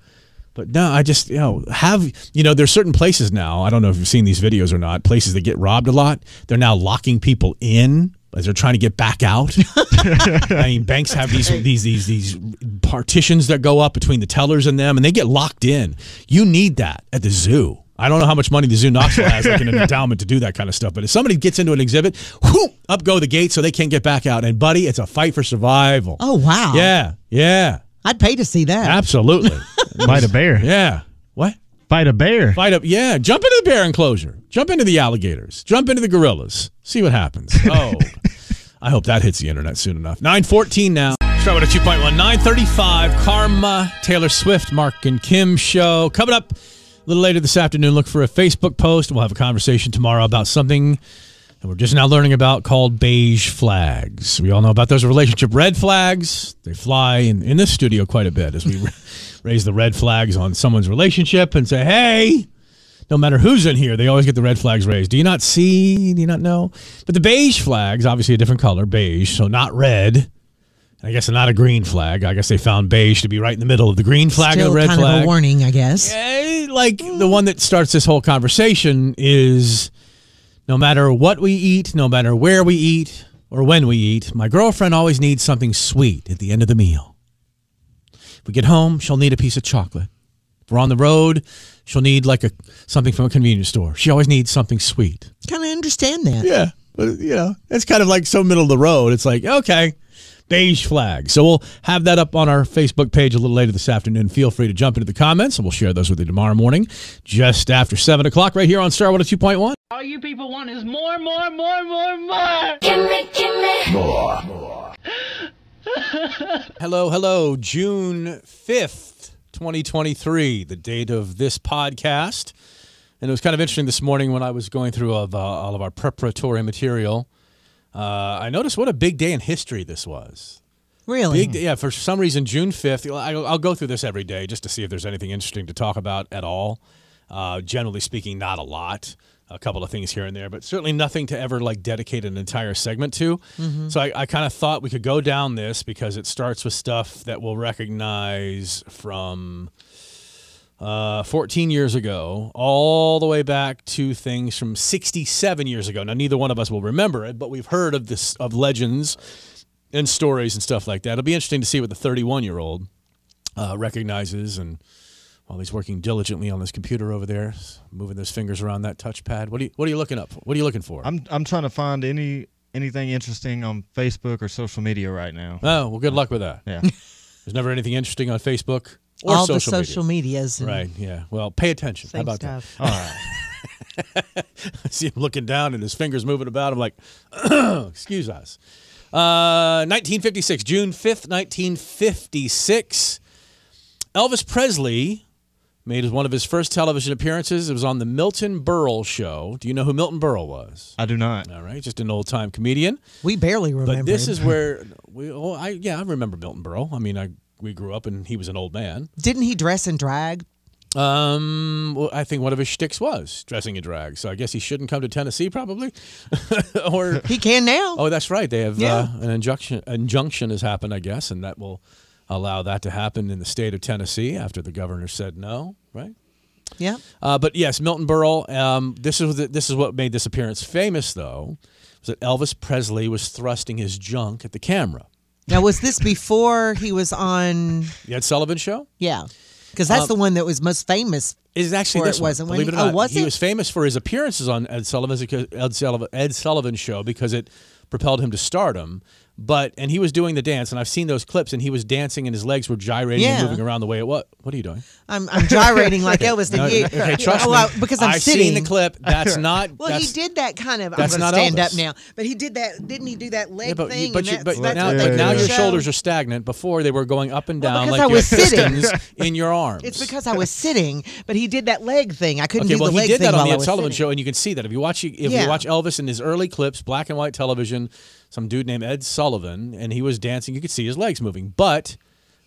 But no, I just you know have you know there's certain places now. I don't know if you've seen these videos or not. Places that get robbed a lot. They're now locking people in as they're trying to get back out. I mean, banks have these these these these partitions that go up between the tellers and them, and they get locked in. You need that at the zoo. I don't know how much money the zoo Knoxville has, like in an endowment, to do that kind of stuff. But if somebody gets into an exhibit, whoop, up go the gates so they can't get back out. And buddy, it's a fight for survival.
Oh wow.
yeah, yeah,
I'd pay to see that.
absolutely,
Bite a bear.
yeah. What?
Bite a bear.
Fight up, yeah. Jump into the bear enclosure. Jump into the alligators. Jump into the gorillas. See what happens. Oh, I hope that hits the internet soon enough. Nine fourteen now. Start with a two point one. Nine thirty five. Karma. Taylor Swift. Mark and Kim show coming up a little later this afternoon. Look for a Facebook post. We'll have a conversation tomorrow about something that we're just now learning about called beige flags. We all know about those relationship red flags. They fly in, in this studio quite a bit as we ra- raise the red flags on someone's relationship and say, hey, no matter who's in here, they always get the red flags raised. Do you not see? Do you not know? But the beige flags, obviously a different color, beige, so not red. I guess not a green flag. I guess they found beige to be right in the middle of the green flag
Still
and the red
kind
flag.
of a warning, I guess.
Eh, like the one that starts this whole conversation is no matter what we eat, no matter where we eat or when we eat, my girlfriend always needs something sweet at the end of the meal. If we get home, she'll need a piece of chocolate. If we're on the road, she'll need like a something from a convenience store. She always needs something sweet.
Kind of understand that.
Yeah. But, you know, it's kind of like so middle of the road. It's like, okay, beige flag. So we'll have that up on our Facebook page a little later this afternoon. Feel free to jump into the comments and we'll share those with you tomorrow morning just after 7 o'clock right here on Star 102.1.
All you people want is more, more, more, more, more.
Hello, hello. June 5th, 2023, the date of this podcast. And it was kind of interesting this morning when I was going through of, uh, all of our preparatory material. Uh, I noticed what a big day in history this was.
Really?
Big, yeah, for some reason, June 5th, I- I'll, I'll go through this every day just to see if there's anything interesting to talk about at all. Uh, generally speaking, not a lot. A couple of things here and there, but certainly nothing to ever like dedicate an entire segment to. So I, I kind of thought we could go down this because it starts with stuff that we'll recognize from uh, 14 years ago, all the way back to things from 67 years ago. Now, neither one of us will remember it, but we've heard of this of legends and stories and stuff like that. It'll be interesting to see what the 31 year old uh, recognizes and while he's working diligently on this computer over there, moving those fingers around that touchpad. What are you What are you looking up? For? What are you looking for?
I'm I'm trying to find any anything interesting on Facebook or social media right now.
oh, well, good luck with that.
Yeah.
There's never anything interesting on Facebook or
All
social
the social medias. And
media. Right? Yeah. Well, pay attention.
Same
How about
stuff.
All right.
that? I see him looking down and his fingers moving about. I'm like, excuse us. Uh, 1956, June 5th, 1956. Elvis Presley made his- one of his first television appearances. It was on the Milton Berle show. Do you know who Milton Berle was?
I do not.
All right, just an old time comedian.
We barely remember.
But this
him.
is where we. Oh, I yeah, I remember Milton Berle. I mean, I we grew up and he was an old man.
Didn't he dress in drag?
Um, well, I think one of his shticks was dressing in drag. So I guess he shouldn't come to Tennessee, probably. or
He can now.
oh, that's right, they have uh,
Yeah.
an injunction. Injunction has happened, I guess, and that will allow that to happen in the state of Tennessee after the governor said no. Right.
Yeah.
Uh, but yes, Milton Berle. Um, this is the, this is what made this appearance famous, though, was that Elvis Presley was thrusting his junk at the camera.
Now was this before he was on?
The Ed Sullivan Show
Yeah, because
Um,
that's the one that was most famous.
is actually
Or it
this one,
wasn't when
believe
he-
it or
oh,
not.
was
he
it?
was famous for his appearances on Ed Sullivan's Ed Sullivan Ed Sullivan Show because it propelled him to stardom. But and he was doing the dance, and I've seen those clips, and he was dancing, and his legs were gyrating and
Yeah.
moving around the way. What what are you doing?
I'm, I'm gyrating like Elvis did.
No,
you,
okay, trust
oh,
me.
I- because I'm
have seen
sitting.
the clip. That's not.
Well, he
that's-
did that kind of.
that's
I'm going
not
to stand
Elvis.
up now. But he did that. Didn't he do that leg
Yeah, but,
thing?
but,
and
you,
that's-
but
that's
now,
what
like,
they
now your
show.
shoulders are stagnant. Before they were going up and down
because
like
I
your
was sitting.
pistons in your arm.
It's because I was sitting, but he did that leg thing. I couldn't
Okay,
do
well,
the leg
he did
thing
that on
while
the
I
Ed
was
Sullivan
sitting.
Show, and you can see that if you watch if you
Yeah.
watch Elvis in his early clips, black and white television. Some dude named Ed Sullivan, and he was dancing. You could see his legs moving, but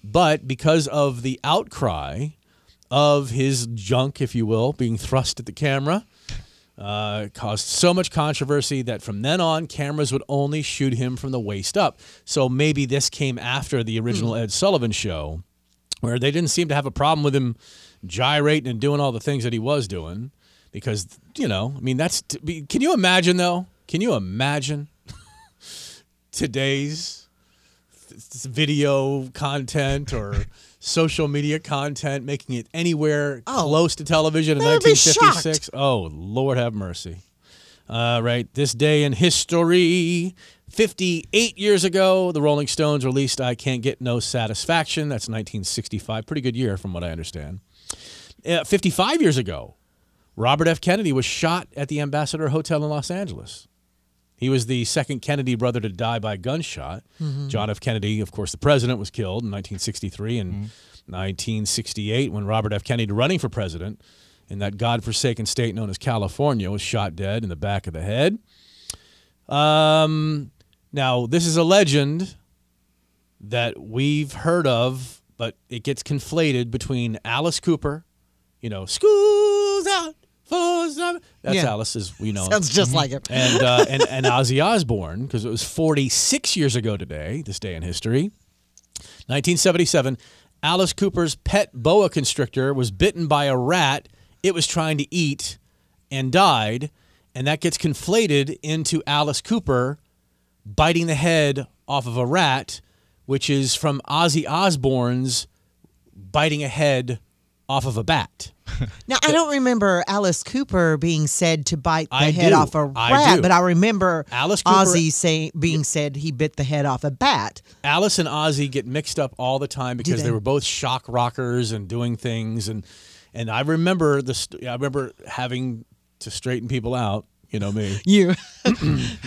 but because of the outcry of his junk, if you will, being thrust at the camera, uh, it caused so much controversy that from then on, cameras would only shoot him from the waist up. So maybe this came after the original Ed Sullivan Show where they didn't seem to have a problem with him gyrating and doing all the things that he was doing because you know i mean that's to be, can you imagine though can you imagine today's th- th- video content or social media content making it anywhere
Oh,
close to television in
they would be
1956 oh lord have mercy all right, this day in history, 58 years ago, the Rolling Stones released I Can't Get No Satisfaction. That's 1965. Pretty good year, from what I understand. Uh, 55 years ago, Robert F. Kennedy was shot at the Ambassador Hotel in Los Angeles. He was the second Kennedy brother to die by gunshot. John F. Kennedy, of course, the president, was killed in 1963 and 1968 when Robert F. Kennedy, running for president in that godforsaken state known as California, was shot dead in the back of the head. Um, now, this is a legend that we've heard of, but it gets conflated between Alice Cooper, you know, school's out for summer. That's
Yeah.
Alice's, you know
Sounds just like it.
and uh, and and Ozzy Osbourne because it was 46 years ago today, this day in history. 1977, Alice Cooper's pet boa constrictor was bitten by a rat it was trying to eat and died. And that gets conflated into Alice Cooper biting the head off of a rat, which is from Ozzy Osbourne's biting a head off of a bat.
Now I don't remember Alice Cooper being said to bite the
I
head
do.
off a
I
rat,
do.
but I remember
Alice Cooper-
Ozzy saying being said he bit the head off a bat.
Alice and Ozzy get mixed up all the time because
they?
they? were both shock rockers and doing things and and I remember the st- I remember having to straighten people out, you know me,
You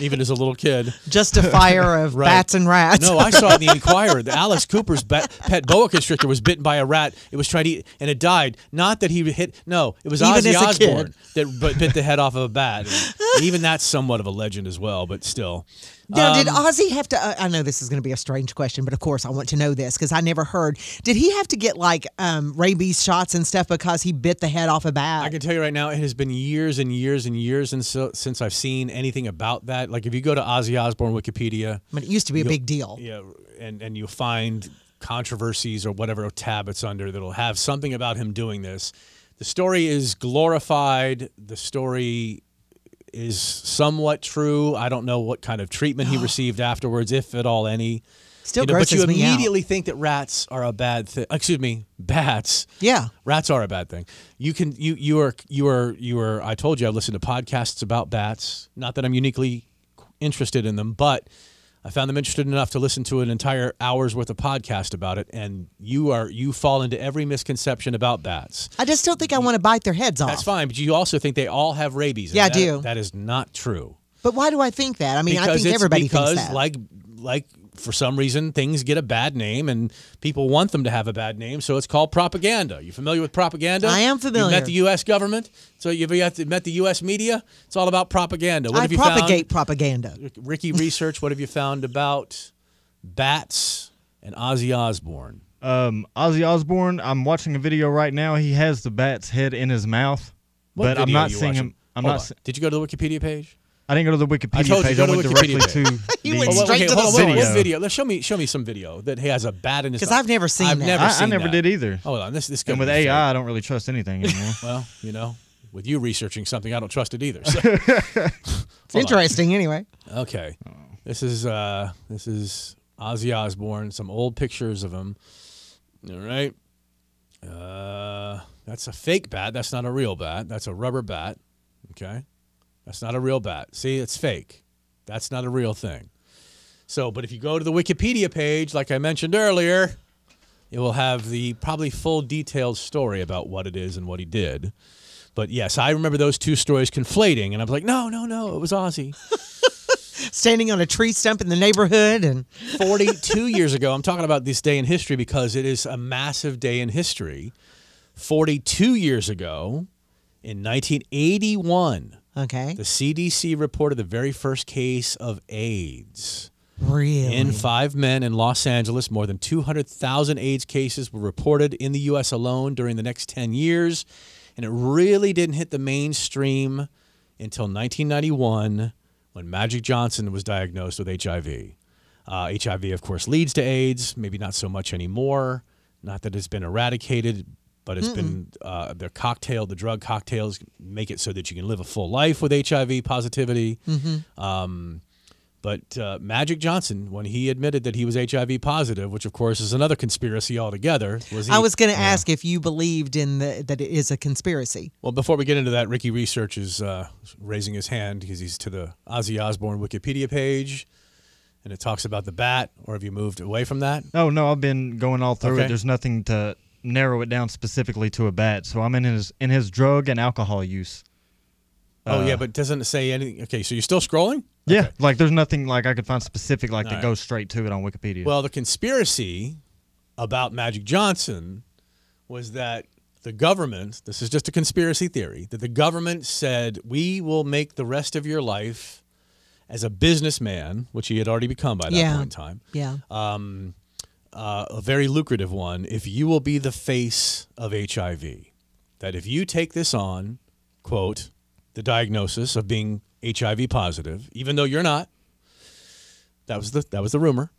even as a little kid.
justifier of
Right.
bats and rats.
No, I saw it in the Inquirer. The Alice Cooper's ba- pet boa constrictor was bitten by a rat. It was trying to eat, and it died. Not that he hit. No, it was
Even
Ozzy
as a kid.
Osbourne that b- bit the head off of a bat. And even that's somewhat of a legend as well, but still.
Now, did
Um,
Ozzy have to? Uh, I know this is going to be a strange question, but of course I want to know this because I never heard. Did he have to get like um, rabies shots and stuff because he bit the head off a bat?
I can tell you right now, it has been years and years and years since since I've seen anything about that. Like if you go to Ozzy Osbourne Wikipedia,
but it used to be a
You'll-
big deal.
yeah, and and you'll find controversies or whatever tab it's under that'll have something about him doing this. The story is glorified. The story is somewhat true. I don't know what kind of treatment he received afterwards, if at all any.
Still
You know, but
grosses
you
me out.
immediately think that rats are a bad thing. Excuse me, bats.
Yeah.
Rats are a bad thing. You can you you are you are you are. I told you I listened to podcasts about bats. Not that I'm uniquely interested in them, but I found them interested enough to listen to an entire hour's worth of podcast about it. And you are you fall into every misconception about bats.
I just don't think I want to bite their heads off.
That's fine, but you also think they all have rabies. and
Yeah, I
that-
do.
That is not true.
But why do I think that? I mean, I think
it's-
everybody
because
thinks that.
like like for some reason things get a bad name and people want them to have a bad name, so it's called propaganda. You familiar with propaganda?
I am
You
familiar.
met the U.S. government, so you've met the- met the U.S. media. It's all about propaganda. What
I
have you
propagate propaganda.
found, Ricky? Research. What have you found about bats and Ozzy Osbourne?
Um, Ozzy Osbourne. I'm watching a video right now. He has the bat's head in his mouth,
What
but
video
I'm
are
not
you
seeing
watching?
him. I'm
Hold
not.
on.
se-
Did you go to the Wikipedia page?
I didn't go to the Wikipedia
I told you
page.
go
I
to
went
Wikipedia.
directly to.
You
the-
went
Oh,
straight
okay,
to
hold
the
on, what- What
video.
video? Let's show me show me some video that has a bat in his.
'Cause
mouth.
I've never seen
I've
that.
Never
I, I
seen
never
that. Oh,
did either.
Hold on, this this.
and with
government's fake.
AI, I don't really trust anything anymore.
Well, you know, with you researching something, I don't trust it either. So.
It's interesting, anyway.
okay, this is uh, this is Ozzy Osbourne. Some old pictures of him. All right, uh, that's a fake bat. That's not a real bat. That's a rubber bat. Okay, that's not a real bat. See, it's fake. That's not a real thing. So, but if you go to the Wikipedia page, like I mentioned earlier, it will have the probably full detailed story about what it is and what he did. But yes, I remember those two stories conflating, and I was like, no, no, no, it was Ozzy.
Standing on a tree stump in the neighborhood, and
42 years ago, I'm talking about this day in history because it is a massive day in history. 42 years ago, in 1981,
okay,
the CDC reported the very first case of AIDS.
really,
In five men in Los Angeles, more than 200,000 AIDS cases were reported in the U.S. alone during the next 10 years. And it really didn't hit the mainstream until 1991 when Magic Johnson was diagnosed with HIV. Uh, HIV, of course, leads to AIDS, maybe not so much anymore. Not that it's been eradicated, but it's been uh, the cocktail, the drug cocktails make it so that you can live a full life with HIV positivity. But uh, Magic Johnson, when he admitted that he was HIV positive, which of course is another conspiracy altogether, was he,
I was going to ask if you believed in the that it is a conspiracy.
well. Before we get into that, Ricky Research is uh, raising his hand because he's to the Ozzy Osbourne Wikipedia page, and it talks about the bat. Or have you moved away from that?
No, no, I've been going all through
Okay.
it. There's nothing to narrow it down specifically to a bat. So I'm in his in his drug and alcohol use.
oh yeah, but doesn't it say anything? Okay, so you're still scrolling.
Yeah, like there's nothing like I could find specific like that
All right.
goes straight to it on Wikipedia.
Well, the conspiracy about Magic Johnson was that the government, this is just a conspiracy theory, that the government said, we will make the rest of your life as a businessman, which he had already become by that
Yeah.
point in time,
Yeah,
uh, a very lucrative one, if you will be the face of HIV. That if you take this on, quote, the diagnosis of being HIV positive, even though you're not, that was the, that was the rumor.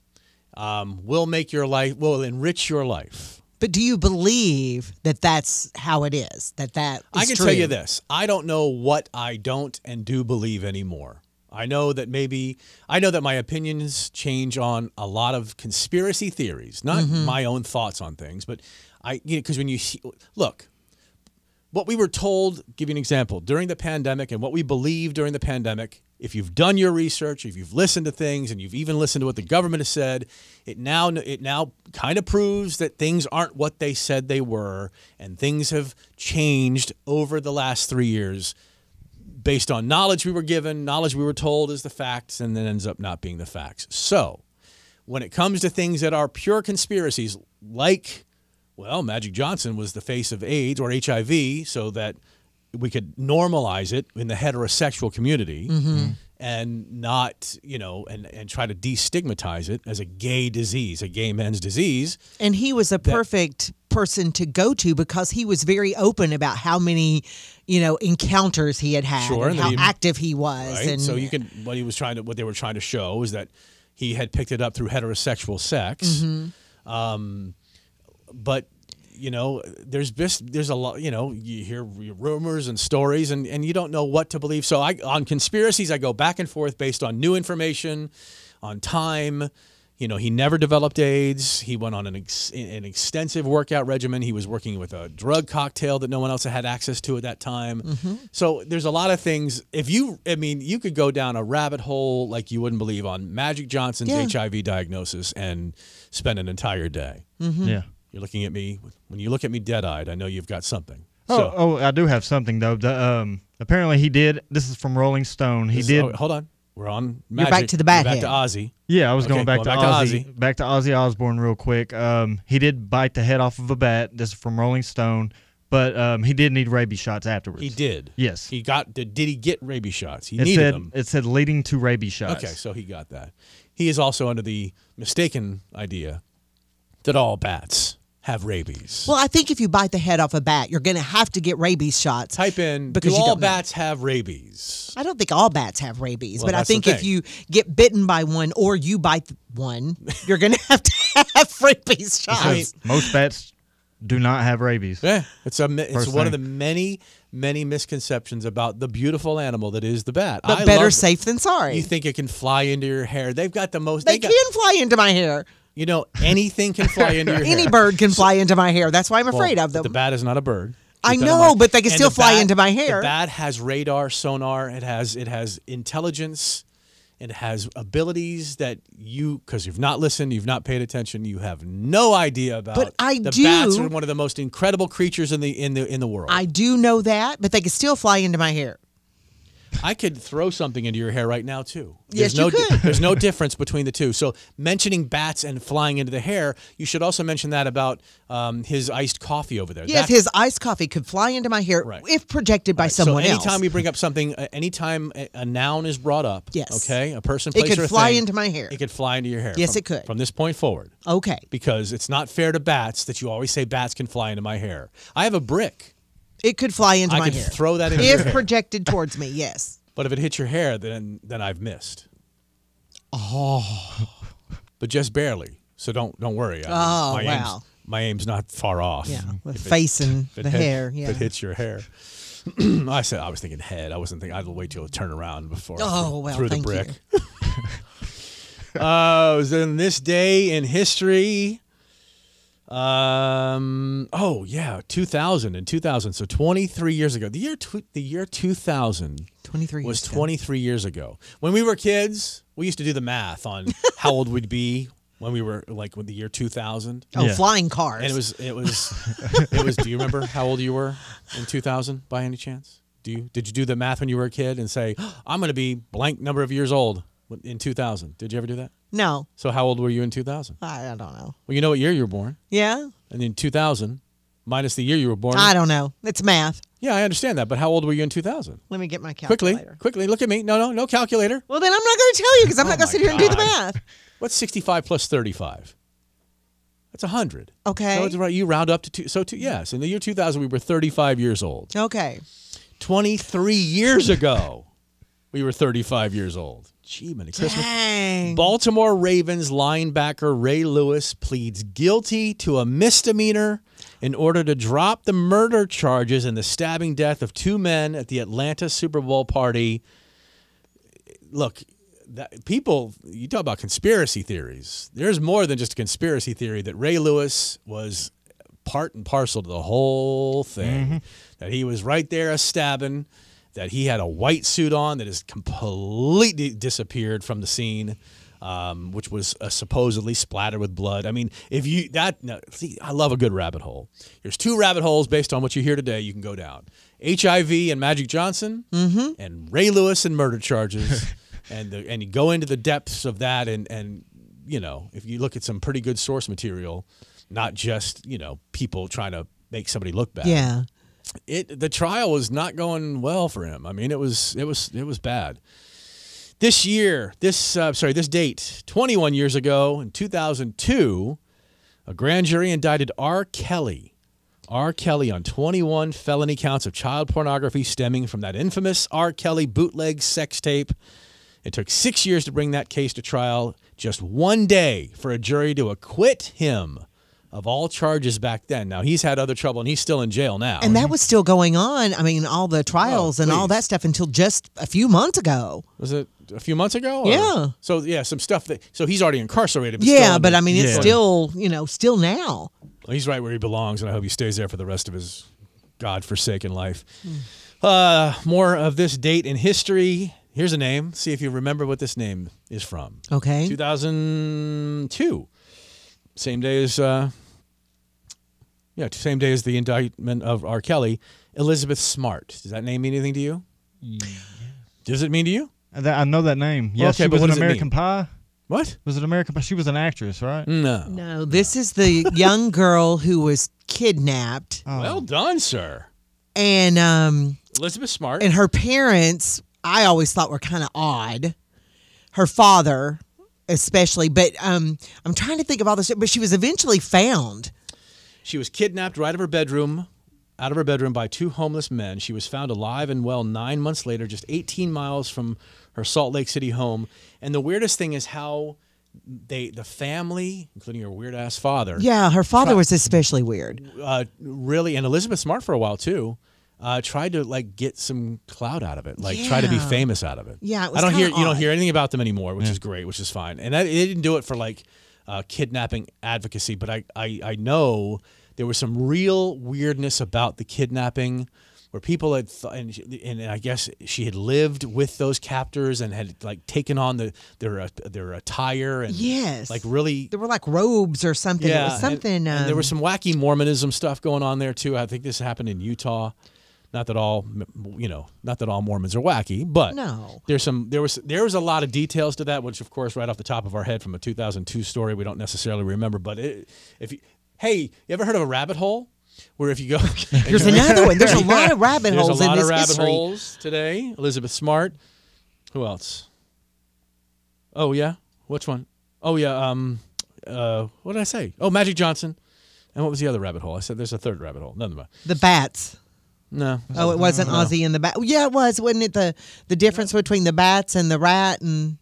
um, will make your life, will enrich your life.
But do you believe that that's how it is? That that is
I can
true?
tell you this. I don't know what I don't and do believe anymore. I know that maybe I know that my opinions change on a lot of conspiracy theories, not
Mm-hmm.
Mhm.
my own thoughts on things, but I you know because when you see, look what we were told, give you an example, during the pandemic and what we believe during the pandemic, if you've done your research, if you've listened to things and you've even listened to what the government has said, it now it now kind of proves that things aren't what they said they were and things have changed over the last 3 years based on knowledge we were given, knowledge we were told is the facts and then ends up not being the facts. So, when it comes to things that are pure conspiracies like well, Magic Johnson was the face of AIDS or HIV so that we could normalize it in the heterosexual community
Mhm.
and not, you know, and, and try to destigmatize it as a gay disease, a gay men's disease.
And he was a perfect person to go to because he was very open about how many, you know, encounters he had had,
Sure,
and
and
how
that he-
active he was,
Right?
and
so you can what he was trying to what they were trying to show is that he had picked it up through heterosexual sex.
Mhm.
Um, but you know, there's bis- there's a lot. You know, you hear r- rumors and stories, and and you don't know what to believe. So I on conspiracies, I go back and forth based on new information, on time. You know, he never developed AIDS. He went on an ex- an extensive workout regimen. He was working with a drug cocktail that no one else had access to at that time. So there's a lot of things. If you, I mean, you could go down a rabbit hole like you wouldn't believe on Magic Johnson's
Yeah.
HIV diagnosis and spend an entire day.
Mhm. Yeah.
You're looking at me. When you look at me dead eyed, I know you've got something.
Oh,
So-
oh, I do have something though. The, um, apparently he did. This is from Rolling Stone. He
This-
did.
oh, hold on. We're on.
You're
Magic.
back to the
We're
bad
Back to
head.
Ozzy.
Yeah, I was
Okay,
going back, to, Ozzy,
Ozzy.
Back to Ozzy Osbourne real quick. Um, he did bite the head off of a bat. This is from Rolling Stone, but um, he did need rabies shots afterwards.
He did.
Yes.
He got. Did, did he get rabies shots? He
it
needed
said
them.
it said leading to rabies shots.
Okay, so he got that. He is also under the mistaken idea that all bats have rabies.
Well, I think if you bite the head off a bat, you're going to have to get rabies shots.
Type in
because
do
you
all
don't know.
bats have rabies?
I don't think all bats have rabies,
Well,
but I
that's the
think if
thing.
you get bitten by one or you bite th- one, you're going to have to have rabies
It
shots.
says most bats do not have rabies.
Yeah, it's a mi- it's
First
one of the
thing.
many many misconceptions about the beautiful animal that is the bat.
But better
love-
safe than sorry.
You think it can fly into your hair? They've got the most.
they
got-
can fly into my hair.
You know, anything can fly into your hair.
Any bird can fly into my hair. That's why I'm
Well,
afraid of
but
them.
The bat is not a bird.
I
Keep that in
know,
mind.
but they can
And
still
the
fly
bat-
into my hair.
The bat has radar, sonar. It has it has intelligence. It has abilities that you, because you've not listened, you've not paid attention, you have no idea about.
But I
the
do-
Bats are one of the most incredible creatures in the in the in the world.
I do know that, but they can still fly into my hair.
I could throw something into your hair right now too.
Yes,
there's no
you could.
there's no difference between the two. So mentioning bats and flying into the hair, you should also mention that about um, his iced coffee over there.
Yes,
That-
his iced coffee could fly into my hair if projected by someone
so
else.
anytime we bring up something, uh, anytime a, a noun is brought up,
Yes.
okay, a person,
It
place,
could
or a
fly
thing,
into my hair.
It could fly into your hair.
Yes,
from-
it could.
From this point forward,
Okay.
because it's not fair to bats that you always say bats can fly into my hair. I have a brick.
It could fly into
I
my
could
hair.
throw that into your
if
hair.
projected towards me, yes.
But if it hits your hair, then then I've missed.
Oh.
but just barely. So don't don't worry. I mean,
Oh,
my
wow.
Aim's, my aim's not far off.
Yeah, the
If
face and
if it
the
hit-
hair,
if
yeah.
it hits your hair. I said I was thinking head. I wasn't thinking. I'd wait till it turned around before. I
Oh,
threw-
well,
threw the
thank
brick. uh, it was in this day in history. Um. Oh yeah, 2000 and 2000. So 23 years ago. The year tw- the year 2000.
23
was
years ago.
23 years ago. When we were kids, we used to do the math on how old we'd be when we were like with the year 2000.
Oh, Yeah. flying cars.
And it was it was it was do you remember how old you were in 2000 by any chance? Do you did you do the math when you were a kid and say I'm going to be blank number of years old in 2000? Did you ever do that?
No,
So how old were you in 2000?
I, I don't know.
Well, you know what year you were born.
Yeah,
And in 2000 minus the year you were born.
I don't know. It's math.
Yeah, I understand that, but how old were you in 2000?
Let me get my calculator.
Quickly, quickly, look at me. No, no, no calculator.
Well, then I'm not going to tell you because I'm not going to sit here and do the
Oh God.
math.
What's 65 plus 35? That's 100.
Okay.
So it's right. You round up to two. So, two, yes, in the year 2000, we were 35 years old.
Okay.
23 years ago, we were 35 years old. achievement at Christmas. Baltimore Ravens linebacker Ray Lewis pleads guilty to a misdemeanor in order to drop the murder charges and the stabbing death of two men at the Atlanta Super Bowl party. Look, that, people, you talk about conspiracy theories. There's more than just a conspiracy theory that Ray Lewis was part and parcel to the whole thing. That he was right there a stabbing, that he had a white suit on that has completely disappeared from the scene, um, which was uh, supposedly splattered with blood. I mean, if you that no, see, I love a good rabbit hole. There's two rabbit holes based on what you hear today. You can go down HIV and Magic Johnson,
Mhm.
and Ray Lewis and murder charges, and the, and you go into the depths of that and and you know if you look at some pretty good source material, not just you know people trying to make somebody look bad
Yeah.
it the trial was not going well for him. I mean, it was it was it was bad. This year, this uh, sorry, this date, 21 years ago in 2002, a grand jury indicted R. Kelly, R. Kelly on 21 felony counts of child pornography stemming from that infamous R. Kelly bootleg sex tape. It took six years to bring that case to trial. Just one day for a jury to acquit him of all charges back then. Now he's had other trouble and he's still in jail now.
And that was still going on. I mean, all the trials and all
Oh, please.
that stuff until just a few months ago.
was it a few months ago?
Yeah.
So yeah, some stuff that so he's already incarcerated. But still
yeah,
in
but
the-
I mean, it's still, you know, still now.
He's right where he belongs, and I hope he stays there for the rest of his godforsaken life.
Hmm.
Uh, more of this date in history. Here's a name. See if you remember what this name is from.
Okay.
2002. Same day as, uh, yeah, same day as the indictment of R. Kelly. Elizabeth Smart. Does that name mean anything to you? Does it mean to you?
I know that name. Yes,
Okay,
she
but
was
what
an
does it mean? Mm.
American Pie.
What
was it? American Pie. She was an actress, right?
No.
No, this is the young girl who was kidnapped
Well done, sir.
and um
Elizabeth Smart.
and her parents I always thought were kind of odd. Her father especially, but um I'm trying to think of all this but she was eventually found.
She was kidnapped right of her bedroom, out of her bedroom by two homeless men. She was found alive and well nine months later, just 18 miles from her Salt Lake City home. And the weirdest thing is how they, the family, including her weird ass father,
Yeah, her father
Try-
was especially weird.
uh, really, and Elizabeth Smart for a while too. Uh, tried to like get some clout out of it, like try to be
Yeah.
famous out of it.
Yeah, it was
I don't hear
kinda
you don't
odd.
hear anything about them anymore, which is great, which is fine. And that, they didn't do it for like uh, kidnapping advocacy, but I, I I know there was some real weirdness about the kidnapping. Where people had, th- and, she- and I guess she had lived with those captors and had like taken on the their uh, their attire and
Yes.
like really
There were like robes or something. it was
and-
something
And,
um,
there was some wacky Mormonism stuff going on there too. I think this happened in Utah. Not that all, you know, not that all Mormons are wacky, but
No.
there's some there was there was a lot of details to that, which of course, right off the top of our head from a 2002 story, we don't necessarily remember. But it, if you, hey, you ever heard of a rabbit hole? Where if you go,
There's another one. There's a lot of rabbit
There's
holes
a
in
lot
this
of rabbit
history.
holes today. Elizabeth Smart. Who else? Oh yeah, which one? Oh yeah. Um, uh, what did I say? Oh, Magic Johnson. And what was the other rabbit hole? I said there's a third rabbit hole. Never mind.
the bats.
No.
Oh, it wasn't
No.
Ozzy and the bat. Yeah, it was, wasn't it? The the difference between the bats and the rat and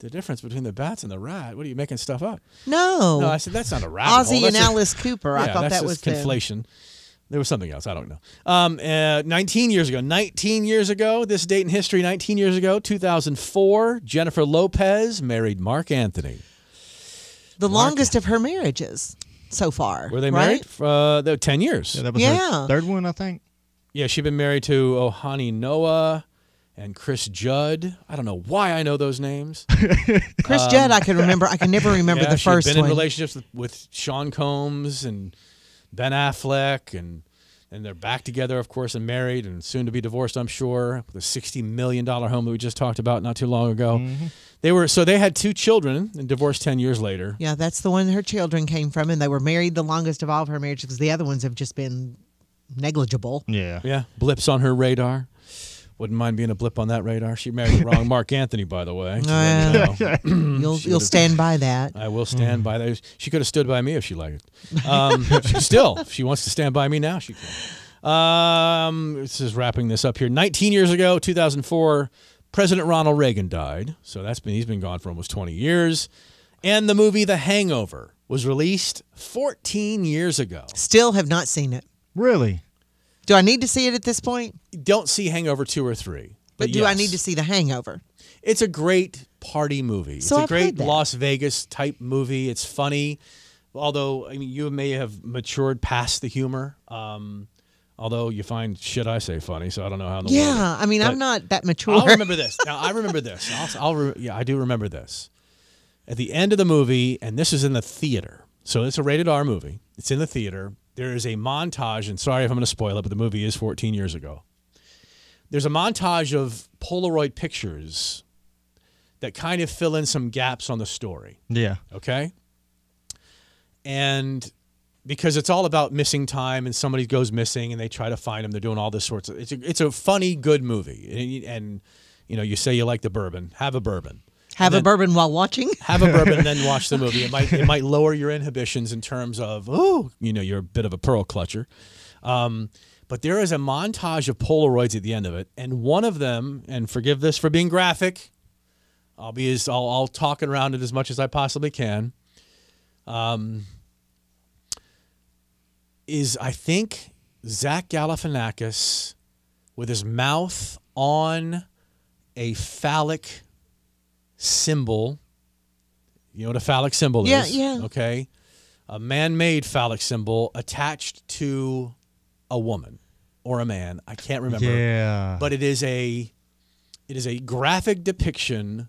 The difference between the bats and the rat. What are you making stuff up?
no.
No, I said that's not a rabbit hole.
Ozzy and
That's a-
Alice Cooper. I
Yeah,
thought
that's
that was
just
the-
conflation. There was something else. I don't know. Um, uh, 19 years ago, 19 years ago, this date in history, 19 years ago, 2004, Jennifer Lopez married Mark Anthony.
the longest of her marriages so far.
Were they
right?
married? For, uh, they were 10 years. Yeah, that
was her Yeah.
Third one, I think.
Yeah, she'd been married to Ohani Noah and Chris Judd. I don't know why I know those names.
Chris Judd, I can remember. I can never remember
Um, yeah,
the
she had
first
been
one.
in relationships with, with Sean Combs and Ben Affleck, and and they're back together, of course, and married, and soon to be divorced, I'm sure. The sixty million dollar home that we just talked about not too long ago.
Mm-hmm.
They were so they had two children and divorced ten years later.
yeah, that's the one her children came from, and they were married the longest of all of her marriages because the other ones have just been negligible.
Yeah.
Yeah. Blips on her radar. Wouldn't mind being a blip on that radar. She married the wrong Mark Anthony, by the way.
Oh,
Just letting you know.
you'll
Mm, She
you'll
would've-
stand by that.
I will
Hmm.
stand by that. She could have stood by me if she liked it. Um, she- still, if she wants to stand by me now, she can. Um, this is wrapping this up here. 19 years ago, 2004, President Ronald Reagan died, so that's been he's been gone for almost 20 years. And the movie The Hangover was released 14 years ago.
Still have not seen it.
Really?
Do I need to see it at this point?
Don't see Hangover 2 or 3.
But, do I need to see The Hangover?
It's a great party movie.
So
it's a
I've heard
great
that.
Las Vegas type movie. It's funny, although I mean you may have matured past the humor. Um, although you find shit I say funny, so I don't know how in the world.
Yeah, I mean, I'm
But-
not that mature.
I'll remember this. Now I remember this. I'll, I'll re- yeah, I do remember this. At the end of the movie, and this is in the theater, so it's a rated R movie. It's in the theater. There is a montage, and sorry if I'm going to spoil it, but the movie is 14 years ago. There's a montage of Polaroid pictures that kind of fill in some gaps on the story.
Yeah.
Okay. And because it's all about missing time and somebody goes missing and they try to find them, they're doing all this sorts of. It's a, it's a funny, good movie. And, and, you know, you say you like the bourbon, have a bourbon.
Have
And
a
then-
bourbon while watching.
Have a bourbon, then watch the movie. It might it might lower your inhibitions in terms of oh, you know, you're a bit of a pearl clutcher. Um, but there is a montage of Polaroids at the end of it, and one of them, and forgive this for being graphic, I'll be as I'll, I'll talk around it as much as I possibly can. Um, is I think Zach Galifianakis with his mouth on a phallic symbol. You know what a phallic symbol
Yeah,
is?
yeah.
Okay. A man made phallic symbol attached to a woman or a man. I can't remember.
Yeah.
But it is a it is a graphic depiction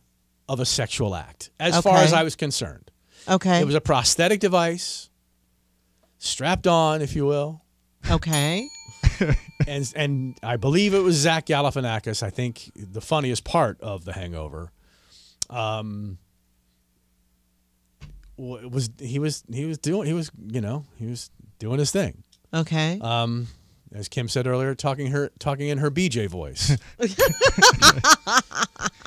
of a sexual act, as far
Okay.
as I was concerned.
Okay.
It was a prosthetic device, strapped on, if you will,
okay.
and and I believe it was Zach Galifianakis. I think the funniest part of The Hangover, um, wa- was he was he was doing he was you know he was doing his thing.
Okay.
Um, as Kim said earlier, talking her talking in her BJ voice.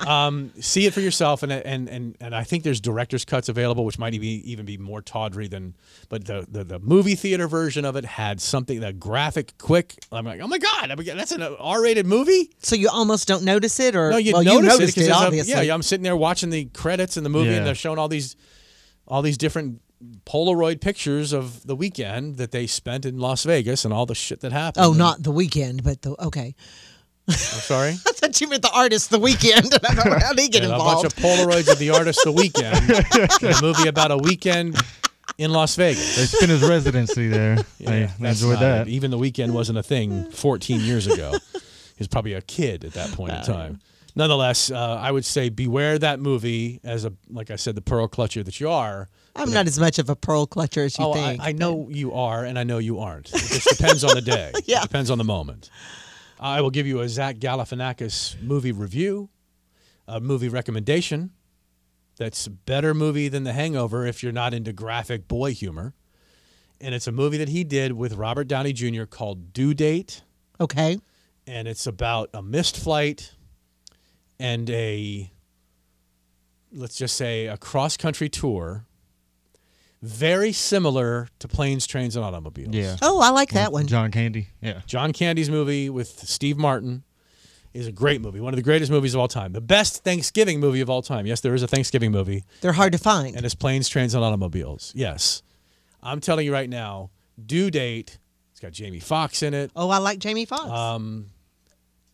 um, see it for yourself, and and and and I think there's director's cuts available, which might be even be more tawdry than. But the the, the movie theater version of it had something that graphic, quick. I'm like, oh my god, I'm- that's an R-rated movie.
So you almost don't notice it, or
No, you
well,
notice
you
it
noticed it,
'cause it's a-
obviously.
yeah, I'm sitting there watching the credits in the movie,
Yeah.
and they're showing all these, all these different Polaroid pictures of the weekend that they spent in Las Vegas and all the shit that happened.
Oh,
And-
not the weekend, but the okay.
I'm sorry.
I thought you meant the artist the weekend. I don't know how they get
And
involved.
A bunch of Polaroids of the artist The Weekend, in a movie about a weekend in Las Vegas.
They spent his residency there. They- they
That's
enjoyed
not-
that.
Even the weekend wasn't a thing 14 years ago. he was probably a kid at that point in time. Nonetheless, uh, I would say beware that movie as a like I said, the pearl clutcher that you are.
I'm not as much of a pearl clutcher as you
oh, I,
think.
I know you are, and I know you aren't. It just depends on the day.
Yeah.
It depends on the moment. I will give you a Zach Galifianakis movie review, a movie recommendation. That's a better movie than The Hangover if you're not into graphic boy humor, and it's a movie that he did with Robert Downey Jr. called Due Date,
okay.
and it's about a missed flight and a let's just say a cross country tour very similar to planes trains and automobiles
Yeah.
Oh, I like
Mm,
that one.
John Candy. Yeah.
john candy's movie with steve martin is a great movie one of the greatest movies of all time the best thanksgiving movie of all time yes there is a thanksgiving movie
They're hard to find.
and it's planes trains and automobiles yes i'm telling you right now due date it's got jamie foxx in it
oh, I like Jamie Foxx.
Um,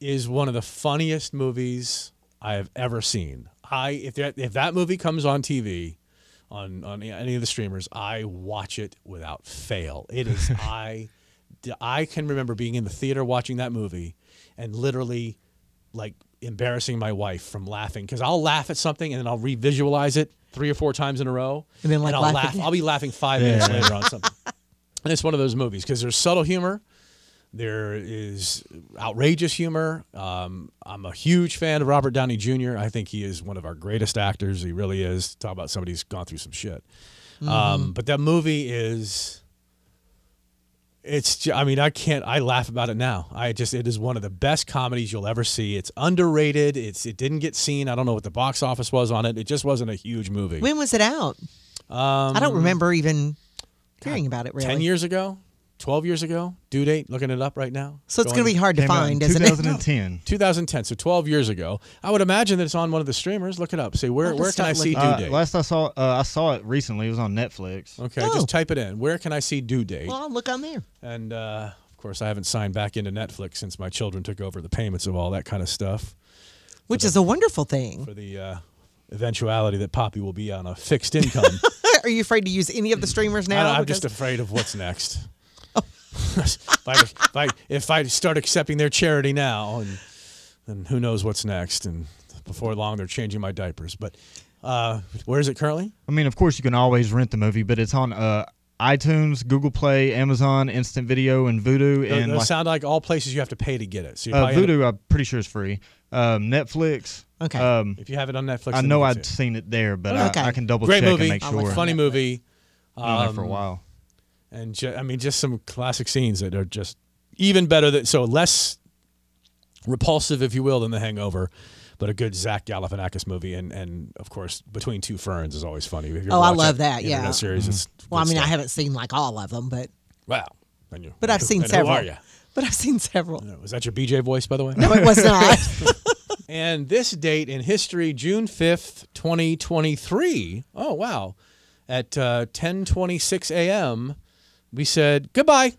is one of the funniest movies I have ever seen. I if that if that movie comes on TV, on on any of the streamers, I watch it without fail. It is I I can remember being in the theater watching that movie and literally like embarrassing my wife from laughing because I'll laugh at something and then I'll revisualize it three or four times in a row
And then, like,
I'll
laugh
laugh.
again.
I'll be laughing five minutes
Yeah.
later on something. And it's one of those movies because there's subtle humor. There is outrageous humor. Um, I'm a huge fan of Robert Downey Jr. I think he is one of our greatest actors. He really is. Talk about somebody who's gone through some shit.
Mm-hmm.
Um, but that movie is. It's. ju- I mean, I can't. I laugh about it now. I just. It is one of the best comedies you'll ever see. It's underrated. It's. It didn't get seen. I don't know what the box office was on it. It just wasn't a huge movie.
when was it out?
um,
I don't remember even hearing about it. Really,
Ten years ago. 12 years ago, due date, looking it up right now.
So it's gonna be hard to Came out in find, isn't it?
2010.
2010, so 12 years ago. I would imagine that it's on one of the streamers. Look it up. Say, where,
I'll
where
just
can I
start
see due
looking. Uh,
date?
last I saw, uh, I saw it recently. It was on Netflix.
Okay, just type it in. Where can I see due date?
Well, I'll look on there.
And uh, of course, I haven't signed back into Netflix since my children took over the payments of all that kind of stuff.
Which is a wonderful thing.
For the uh, eventuality that Poppy will be on a fixed income,
Are you afraid to use any of the streamers
I,
now?
am
Because-
just afraid of what's next. if, I, if, I, if I start accepting their charity now, and then who knows what's next? And before long, they're changing my diapers. But uh, where is it currently?
I mean, of course, you can always rent the movie, but it's on uh, iTunes, Google Play, Amazon, Instant Video, and Vudu.
Those,
and
those
like,
sound like all places you have to pay to get it. So you
uh,
probably end up-
Vudu, I'm pretty sure is free. Um, Netflix.
Okay.
Um,
If you have it on Netflix,
I
then
know
you can
I'd seen it there, but I- I, can double
Great
check
movie,
and make sure.
Funny um, movie.
Been on there for a while.
And ju- I mean, just some classic scenes that are just even better. That so less repulsive, if you will, than The Hangover, but a good Zach Galifianakis movie. And and of course, Between Two Ferns is always funny. If you
oh, I
watch
love that.
internet
Yeah.
series. It's
well, I
good
mean, I
stuff.
haven't seen like all of them, but
wow. And you-
but I've
and
seen
who
several.
Are you?
But I've seen several.
Was that your BJ voice, by the way?
No, it was not.
and this date in history, June 5th, 2023. Oh, wow. At uh, 10.26 a.m., we said goodbye.